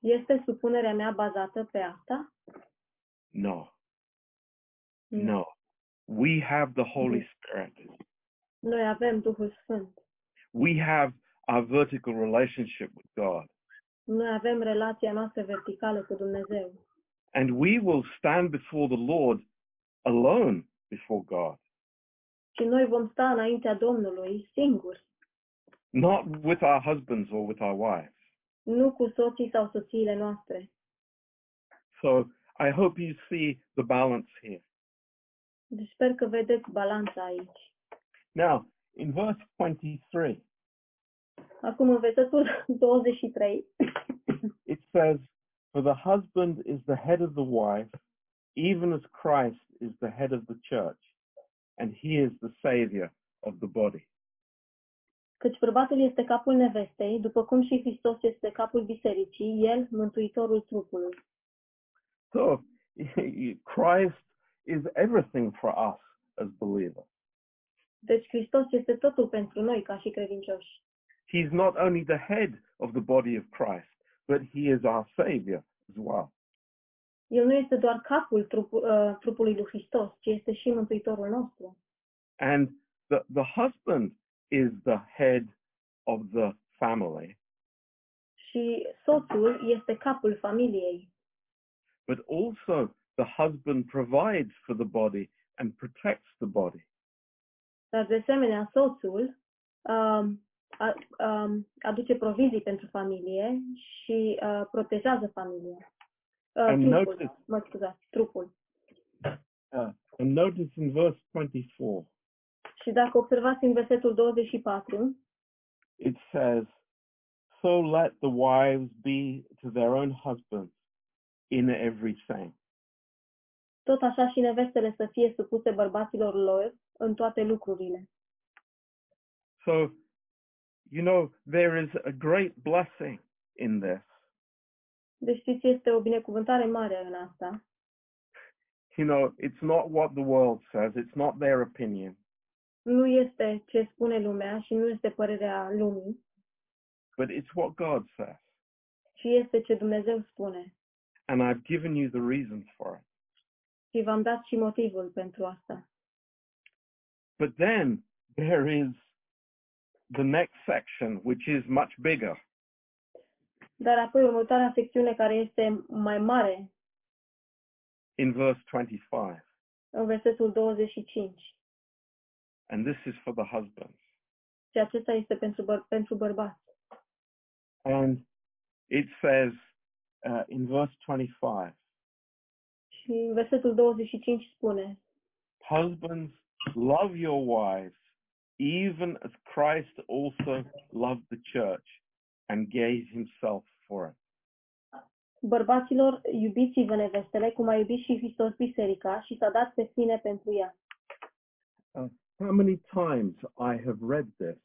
S2: este supunerea mea bazată pe asta?
S1: No,
S2: Mm.
S1: no. We have the Holy Spirit.
S2: Noi avem Duhul Sfânt.
S1: we have our vertical relationship with God,
S2: Noi avem relația noastră verticală cu Dumnezeu.
S1: and we will stand before the Lord alone before God,
S2: Și noi vom sta înaintea Domnului singuri,
S1: not with our husbands or with our wives.
S2: nu cu soții sau soțiile noastre.
S1: So I hope you see the balance here.
S2: Deci sper că vedeți balanța aici.
S1: Now, in verse 23,
S2: Acum, în versetul 23,
S1: it says, For the husband is the head of the wife, even as Christ is the head of the church, and he is the savior of the body.
S2: Căci bărbatul este capul nevestei, după cum și Hristos este capul bisericii, el, mântuitorul trupului.
S1: So Christ is everything for us as believers.
S2: Deci Hristos este totul pentru noi ca și credincioși.
S1: He's not only the head of the body of Christ, but he is our savior as well.
S2: El nu este doar capul trupu, uh, trupului lui Hristos, ci este și Mântuitorul nostru.
S1: And the, the husband is the head of the family,
S2: Și soțul este capul familiei,
S1: but also the husband provides for the body and protects the body.
S2: dar de asemenea soțul um, a, um, aduce provizii pentru familie și uh, protejează familia. Uh,
S1: Am
S2: trupul,
S1: noticed.
S2: mă scuzați, trupul.
S1: Uh, and notice in verse 24,
S2: Și dacă observați în versetul 24,
S1: it says, So let the wives be to their own husbands in everything.
S2: tot așa și nevestele să fie supuse bărbaților lor în toate lucrurile.
S1: So, you know, there is a great blessing in this.
S2: Deci știți, este o binecuvântare mare în asta.
S1: You know, it's not what the world says, it's not their opinion,
S2: Nu este ce spune lumea și nu este părerea lumii,
S1: but it's what God says.
S2: ci este ce Dumnezeu spune.
S1: and I've given you the reasons for it.
S2: și v-am dat și motivul pentru asta.
S1: But then there is the next section, which is much bigger.
S2: Dar apoi următoarea secțiune care este mai mare,
S1: in verse 25,
S2: în versetul 25,
S1: and this is for the husbands.
S2: și acesta este pentru, băr- pentru bărbați.
S1: And it says uh, in verse 25,
S2: Și în versetul 25 spune,
S1: Husbands, love your wives, even as Christ also loved the church and gave himself for it.
S2: Bărbaților, iubiți-vă nevestele, cum a iubit și Hristos biserica și s-a dat pe sine pentru ea.
S1: How many times I have read this,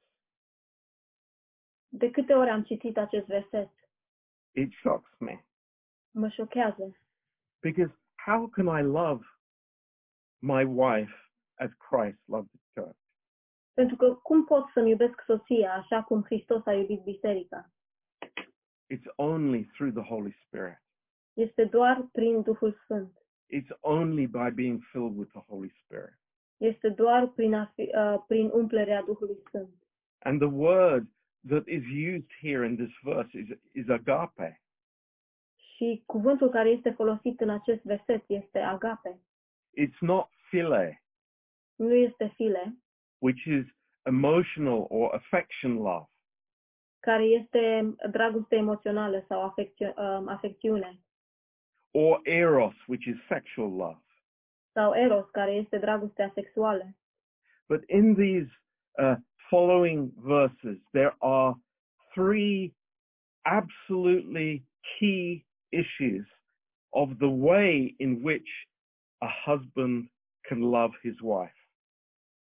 S2: De câte ori am citit acest verset,
S1: it shocks me.
S2: mă șochează.
S1: Because how can I love my wife as Christ loved the church?
S2: Pentru că cum pot să-mi iubesc soția așa cum Hristos a iubit biserica?
S1: It's only through the Holy Spirit.
S2: Este doar prin Duhul Sfânt.
S1: it's only by being filled with the Holy Spirit.
S2: Este doar prin, a fi, uh, prin umplerea Duhului Sfânt.
S1: And the word that is used here in this verse is, is agape.
S2: Și cuvântul care este folosit în acest verset este agape.
S1: It's not phile,
S2: Nu este file,
S1: which is emotional or affection love.
S2: care este dragoste emoțională sau afectio- um, afecțiune,
S1: Or eros, which is sexual love.
S2: sau eros, care este dragostea sexuală.
S1: But in these uh, following verses, there are three absolutely key issues of the way in which a husband can love his wife.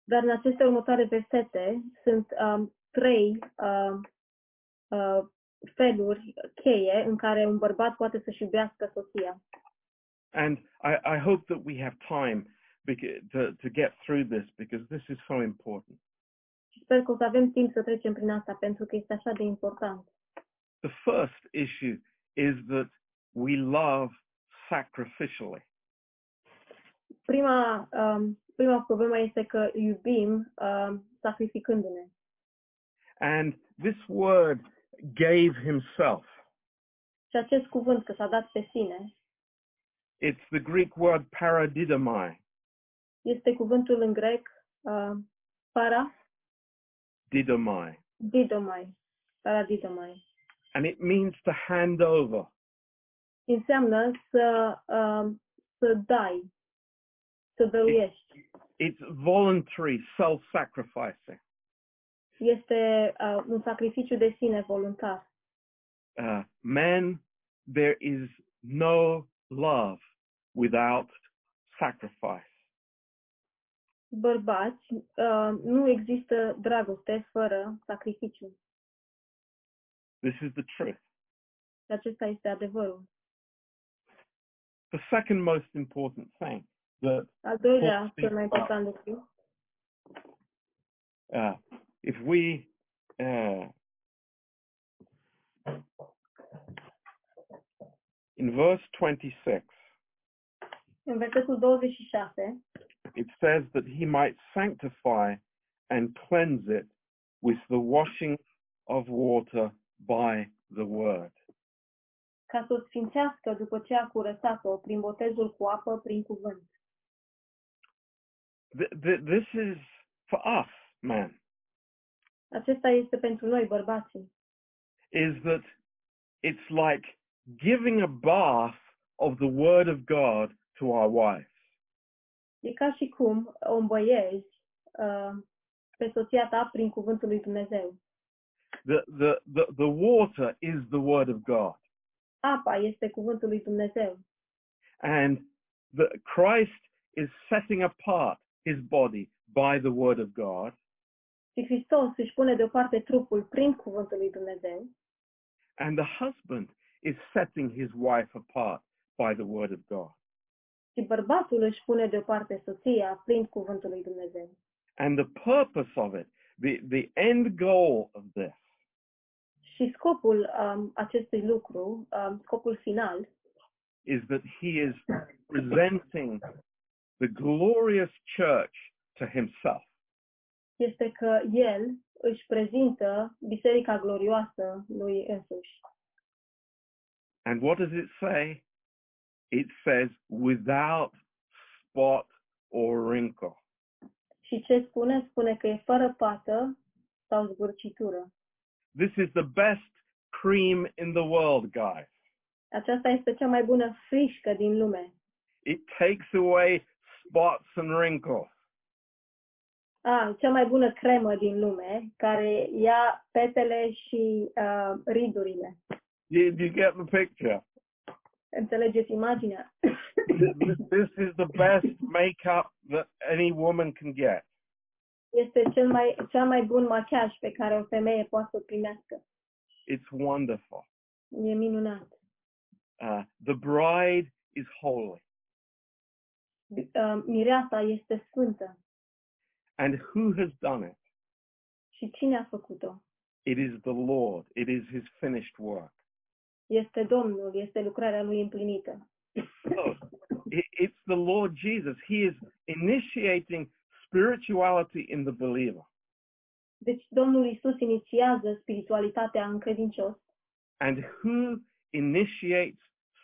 S2: Dar în aceste următoare versete sunt um, trei um, uh, feluri cheie în care un bărbat poate să-și iubească soția.
S1: And I, I hope that we have time beca- to, to get through this because this is so important.
S2: Și sper că o să avem timp să trecem prin asta, pentru că este așa de important.
S1: The first issue is that we love sacrificially.
S2: Prima, um, prima problemă este că iubim um, sacrificându-ne.
S1: And this word gave himself.
S2: Și acest cuvânt că s-a dat pe sine
S1: It's the Greek word paradidomai.
S2: este cuvântul în grec uh, para
S1: Didomai.
S2: didomai, para didomai.
S1: And it means to hand over.
S2: Înseamnă să, um, să dai, să dăruiești.
S1: It's voluntary self-sacrificing.
S2: este uh, un sacrificiu de sine voluntar.
S1: Uh, men, there is no love without sacrifice.
S2: Bărbați, uh, nu există dragoste fără sacrificiu.
S1: This is the truth.
S2: Și acesta este adevărul.
S1: The second most important thing that
S2: Al doilea,
S1: Poți fi-
S2: cel mai important lucru,
S1: uh, if we uh, in verse 26,
S2: în versetul 26,
S1: it says that he might sanctify and cleanse it with the washing of water by the word.
S2: ca să o sfințească după ce a curățat-o prin botezul cu apă, prin cuvânt.
S1: Th- th- this is for us, man,
S2: Acesta este pentru noi, bărbații.
S1: is that it's like giving a bath of the word of God to our wives.
S2: E ca și cum o îmbăiezi uh, pe soția ta prin cuvântul lui Dumnezeu.
S1: The, the, the, the water is the word of God.
S2: Apa este cuvântul lui Dumnezeu.
S1: And the, Christ is setting apart his body by the word of God.
S2: Și Hristos își pune deoparte trupul prin cuvântul lui Dumnezeu
S1: And the husband is setting his wife apart by the word of God.
S2: și bărbatul își pune deoparte soția prin cuvântul lui Dumnezeu.
S1: And the purpose of it, the, the end goal of this,
S2: Și scopul um, acestui lucru, um, scopul final,
S1: is that he is presenting the glorious church to himself.
S2: este că el își prezintă biserica glorioasă lui însuși.
S1: And what does it say? It says, without spot or wrinkle.
S2: Și ce spune? Spune că e fără pată sau zbârcitură.
S1: This is the best cream in the world, guys.
S2: Aceasta este cea mai bună frișcă din lume.
S1: It takes away spots and wrinkles.
S2: A, cea mai bună cremă din lume, care ia petele și uh, ridurile.
S1: You, you get the picture.
S2: Înțelegeți imaginea?
S1: this is the best makeup that any woman can get.
S2: Este cel mai, cea mai bun machiaj pe care o femeie poate să o primească.
S1: It's wonderful.
S2: E minunat.
S1: Uh, the bride is holy.
S2: Uh, mireasa este sfântă.
S1: And who has done it?
S2: Și cine a făcut-o?
S1: It is the Lord. It is his finished work.
S2: Este Domnul, este lucrarea lui împlinită.
S1: Look, it, it's the Lord Jesus. He is initiating spirituality in the believer.
S2: Deci Domnul Isus inițiază spiritualitatea în credincios
S1: And who initiates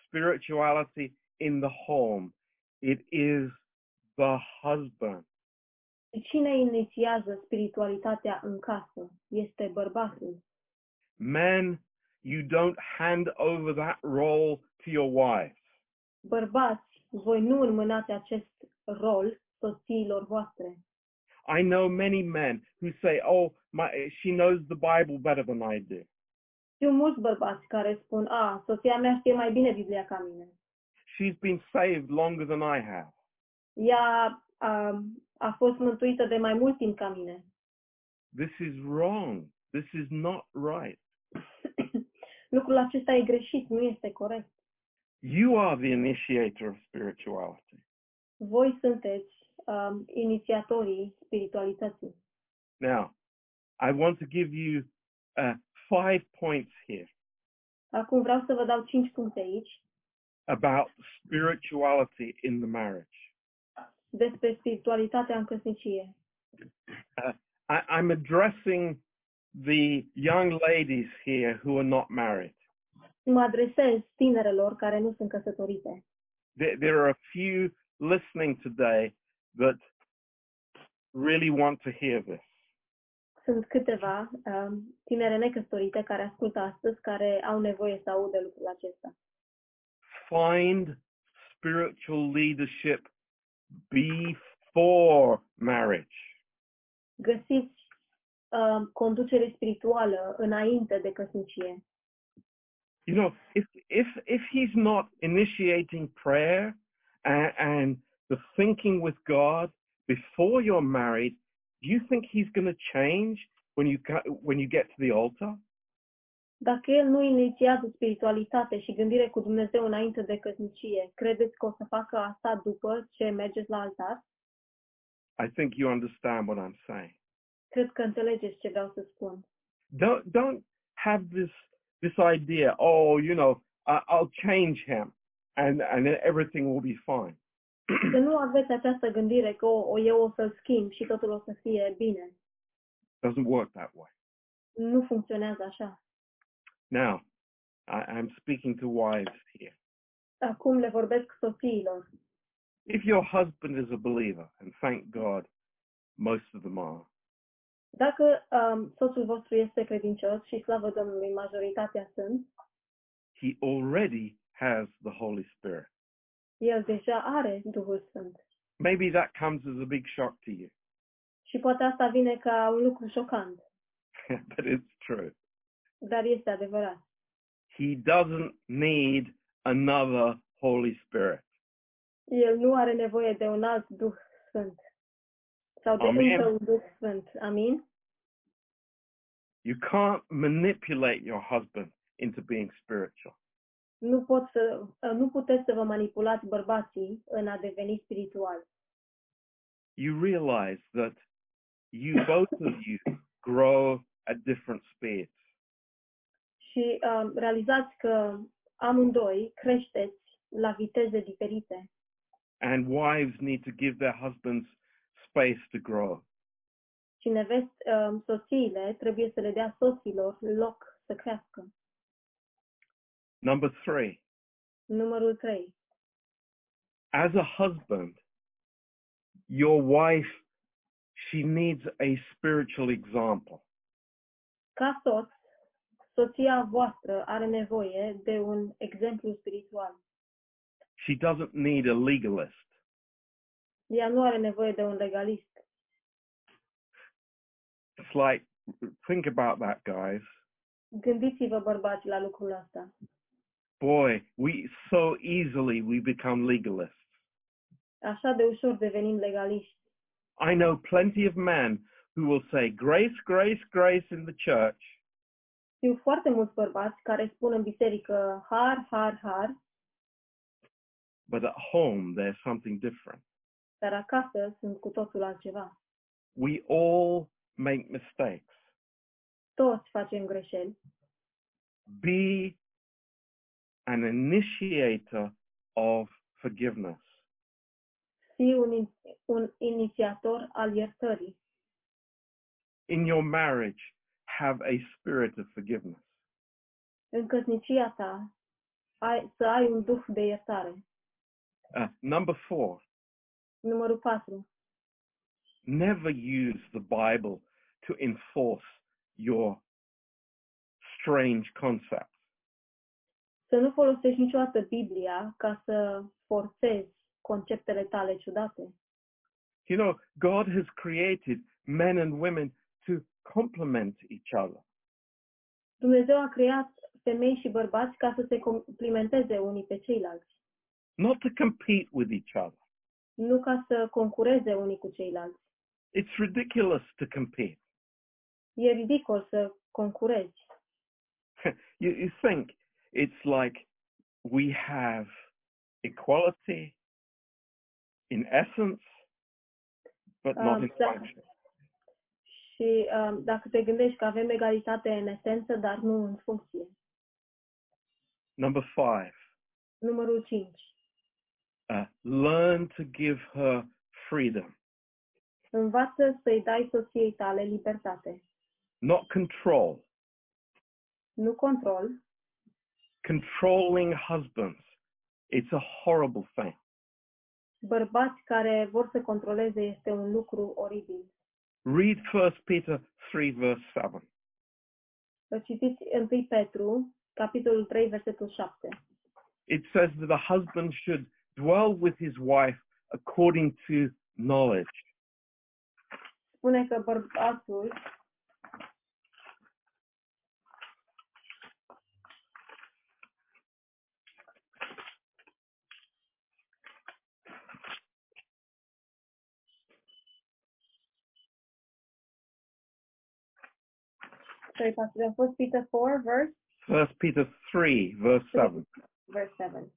S1: spirituality in the home? It is the husband.
S2: Cine inițiază spiritualitatea în casă? Este bărbatul.
S1: Men, you don't hand over that role to your wives.
S2: Bărbați, voi nu înmânați acest rol soțiilor voastre.
S1: I know many men who say, "Oh, my, she knows the Bible better than I do.
S2: Știu mulți bărbați care spun, a, soția mea știe mai bine Biblia ca mine.
S1: She's been saved longer than I have."
S2: Ea a, a fost mântuită de mai mult timp ca mine.
S1: This is wrong. This is not right.
S2: Lucrul acesta e greșit, nu este corect.
S1: You are the initiator of spirituality.
S2: Voi sunteți um, inițiatorii spiritualității.
S1: Now, I want to give you uh, five points here
S2: Acum vreau să vă dau 5 puncte aici
S1: about spirituality in the marriage.
S2: despre spiritualitatea în căsnicie.
S1: I, I'm addressing the young ladies here who are not married.
S2: mă adresez tinerelor care nu sunt căsătorite.
S1: There, there are a few listening today that really want to hear this.
S2: Sunt câteva um, tinere necăsătorite care ascultă astăzi, care au nevoie să audă lucrul acesta.
S1: Find spiritual leadership before marriage.
S2: Găsiți um, conducere spirituală înainte de căsnicie.
S1: you know, if if if he's not initiating prayer and, and the thinking with God before you're married, do you think he's going to change when you ca- when you get to the altar?
S2: Dacă el nu inițiază spiritualitate și gândire cu Dumnezeu înainte de căsnicie, credeți că o să facă asta după ce mergeți la altar?
S1: I think you understand what I'm saying.
S2: Cred că înțelegeți ce vreau să spun.
S1: Don't don't have this this idea. Oh, you know, I, I'll change him, and and then everything will be fine.
S2: Să nu aveți această gândire că o, eu o să-l schimb și totul o să fie bine.
S1: Doesn't work that way.
S2: Nu funcționează așa.
S1: Now, I, I'm speaking to wives here.
S2: Acum le vorbesc soțiilor.
S1: if your husband is a believer, and thank God most of them are,
S2: Dacă um, soțul vostru este credincios și slavă Domnului, majoritatea sunt,
S1: he already has the Holy Spirit.
S2: el deja are Duhul Sfânt.
S1: Maybe that comes as a big shock to you,
S2: Și poate asta vine ca un lucru șocant,
S1: but it's true.
S2: dar este adevărat.
S1: He doesn't need another Holy Spirit.
S2: El nu are nevoie de un alt Duh Sfânt sau de
S1: Amin.
S2: încă un Duh Sfânt. Amin?
S1: You can't manipulate your husband into being spiritual.
S2: Nu, pot să, uh, nu puteți să vă manipulați bărbații în a deveni spiritual.
S1: You realize that you both of you grow at different speeds.
S2: Și um, realizați că amândoi creșteți la viteze diferite.
S1: and wives need to give their husbands space to grow.
S2: Și nevest, um, soțiile trebuie să le dea soților loc să crească.
S1: Number three,
S2: Numărul 3.
S1: as a husband, your wife, she needs a spiritual example.
S2: Ca soț, soția voastră are nevoie de un exemplu spiritual.
S1: She doesn't need a legalist.
S2: Ea nu are nevoie de un legalist.
S1: It's like, think about that, guys.
S2: Gândiți-vă, bărbați, la lucrul ăsta.
S1: Boy, we so easily we become legalists.
S2: Așa de ușor devenim legaliști.
S1: I know plenty of men who will say grace, grace, grace in the church,
S2: Știu foarte mulți bărbați care spun în biserică har, har, har,
S1: but at home there's something different.
S2: dar acasă sunt cu totul altceva.
S1: We all make mistakes.
S2: Toți facem greșeli.
S1: be an initiator of forgiveness.
S2: Fii un, in- un inițiator al iertării.
S1: In your marriage, have a spirit of forgiveness.
S2: În căsnicia ta ai, să ai un duh de iertare.
S1: Uh, number four,
S2: Numărul 4.
S1: never use the Bible to enforce your strange concepts.
S2: Să nu folosești niciodată Biblia ca să forțezi conceptele tale ciudate.
S1: You know, God has created men and women to complement each other.
S2: Dumnezeu a creat femei și bărbați ca să se complimenteze unii pe ceilalți,
S1: Not to compete with each other.
S2: nu ca să concureze unii cu ceilalți.
S1: It's ridiculous to compete.
S2: E ridicol să concurezi.
S1: you, you think it's like we have equality in essence, but not
S2: Um,
S1: in
S2: da.
S1: function.
S2: Și um, dacă te gândești că avem egalitate în esență, dar nu în funcție.
S1: Number five,
S2: Numărul 5.
S1: uh, learn to give her freedom,
S2: Învață să-i dai soției tale libertate.
S1: not control.
S2: Nu control.
S1: Controlling husbands, it's a horrible thing.
S2: Bărbați care vor să controleze este un lucru oribil.
S1: Read First Peter 3, verse 7.
S2: Citiți 1 Petru, capitolul 3, versetul 7.
S1: It says that a husband should dwell with his wife according to knowledge.
S2: spune că bărbatul Sorry, Pastor, a fost Peter 4, verse,
S1: First Peter 3, verse 7.
S2: verse 7.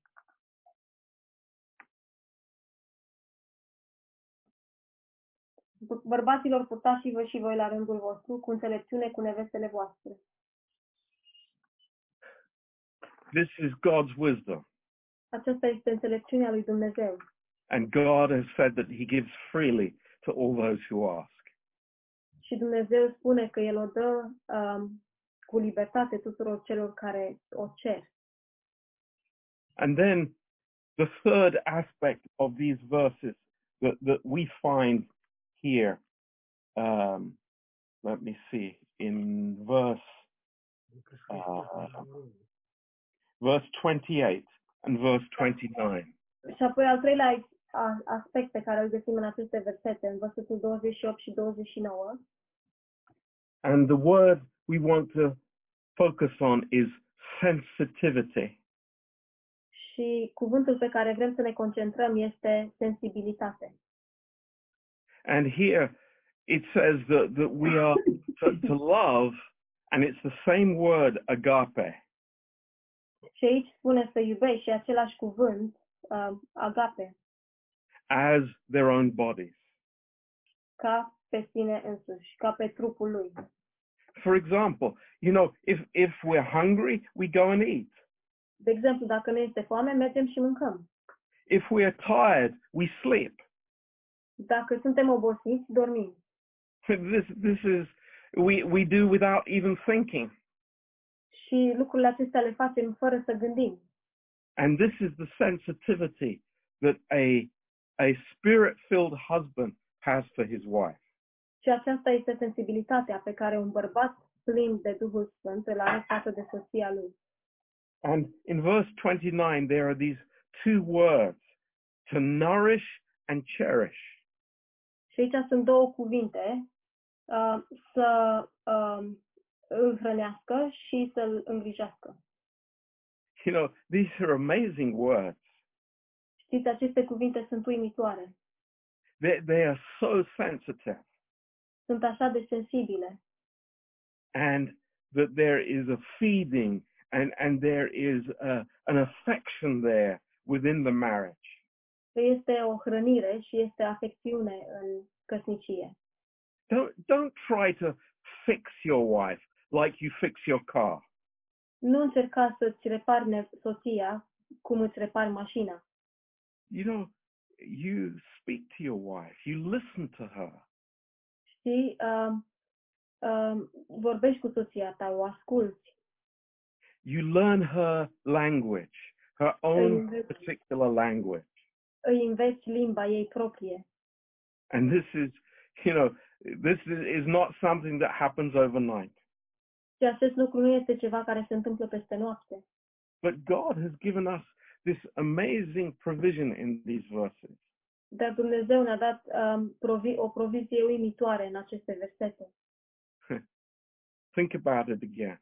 S2: Bărbaților, purtați-vă și voi la rândul vostru, cu înțelepciune cu nevestele voastre.
S1: This is God's wisdom.
S2: Aceasta este înțelepciunea lui Dumnezeu.
S1: And God has said that he gives freely to all those who ask.
S2: Și Dumnezeu spune că El o dă um, cu libertate tuturor celor care o cer.
S1: And then the third aspect of these verses that, that we find here, um, let me see, in verse, Ah. verse 28 and verse 29.
S2: Și apoi al treilea a- aspect pe care îl găsim în aceste versete, în versetul 28 și 29,
S1: And the word we want to focus on is sensitivity.
S2: și cuvântul pe care vrem să ne concentrăm este sensibilitate.
S1: And here it says that, that we are to, to love, and it's the same word, agape.
S2: Și aici spune să iubești și același cuvânt, um, agape,
S1: as their own bodies.
S2: ca pe sine însuși, ca pe trupul lui.
S1: For example, you know, if, if we're hungry, we go and eat.
S2: De exemplu, dacă ne este foame, mergem și mâncăm.
S1: If we are tired, we sleep.
S2: Dacă suntem obosiți, dormim.
S1: This, this is, we, we do without even thinking.
S2: Și lucrurile acestea le facem fără să gândim.
S1: And this is the sensitivity that a, a spirit-filled husband has for his wife.
S2: Și aceasta este sensibilitatea pe care un bărbat plin de Duhul Sfânt îl are față de soția lui.
S1: And in verse 29, there are these two words, to nourish and cherish.
S2: Și aici sunt două cuvinte, uh, să um, îl hrănească și să-l îngrijească.
S1: You know, these are amazing words.
S2: Știți, aceste cuvinte sunt uimitoare.
S1: They, they are so sensitive
S2: Sunt așa de sensibile
S1: and that there is a feeding and, and there is a, an affection there within the marriage.
S2: că este o hrănire și este afecțiune în căsnicie.
S1: Don't, don't try to fix your wife like you fix your car.
S2: Nu încerca să-ți repari ne- soția cum îți repari mașina.
S1: You know, you speak to your wife, you listen to her.
S2: Știi, um, um, vorbești cu soția ta, o asculți,
S1: You learn her language, her own
S2: Amen.
S1: particular language.
S2: îi înveți limba ei proprie.
S1: And this is, you know, this is is not something that happens overnight.
S2: Și acest lucru nu este ceva care se întâmplă peste noapte.
S1: But God has given us this amazing provision in these verses.
S2: Dar Dumnezeu ne-a dat um, provi- o provizie uimitoare în aceste versete.
S1: Think about it again.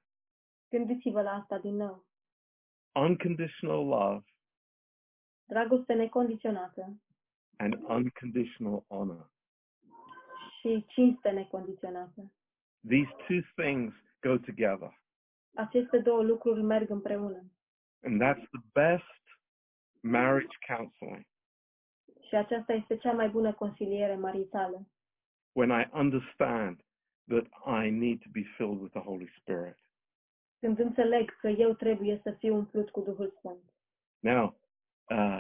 S2: Gândiți-vă la asta din nou.
S1: Unconditional love
S2: Dragoste necondiționată
S1: and unconditional honor.
S2: și cinste necondiționată.
S1: These two things go together.
S2: Aceste două lucruri merg împreună.
S1: And that's the best marriage counseling
S2: Și aceasta este cea mai bună consiliere maritală.
S1: when I understand that I need to be filled with the Holy Spirit.
S2: Când înțeleg că eu trebuie să fiu umplut cu Duhul Sfânt.
S1: Now, uh,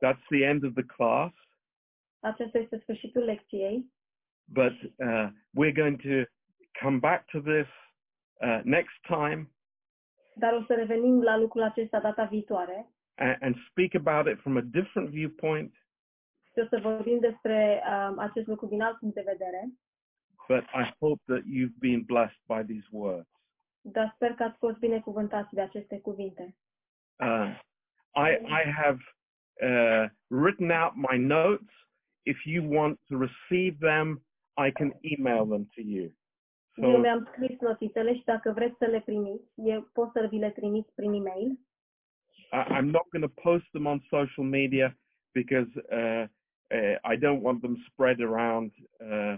S1: that's the end of the class,
S2: Acesta este sfârșitul lecției
S1: but uh, we're going to come back to this uh, next time
S2: dar o să revenim la lucrul acesta data viitoare
S1: and, and speak about it from a different viewpoint.
S2: și o să vorbim despre um, acest lucru din alt punct de vedere,
S1: But I hope that you've been blessed by these words.
S2: dar sper că ați fost binecuvântați de aceste cuvinte.
S1: Uh, I, I have uh, written out my notes. If you want to receive them, I can email them to you.
S2: Eu
S1: So
S2: mi-am scris notițele și dacă vreți să le primiți, eu pot să vi le trimit prin e-mail.
S1: I, I'm not going to post them on social media because uh, uh, I don't want them spread around. Uh,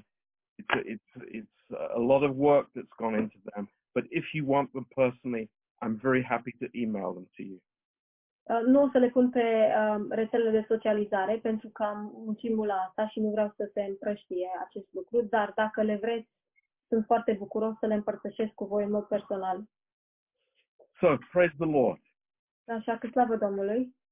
S1: it's, a- it's, it's a lot of work that's gone into them. But if you want them personally, I'm very happy to email them to you.
S2: Uh, Nu o să le pun pe um, rețelele de socializare pentru că am muncit mult la asta și nu vreau să se împrăștie acest lucru, dar dacă le vreți, sunt foarte bucuros să le împărtășesc cu voi în mod personal.
S1: So praise the Lord.
S2: Așa că slavă Domnului!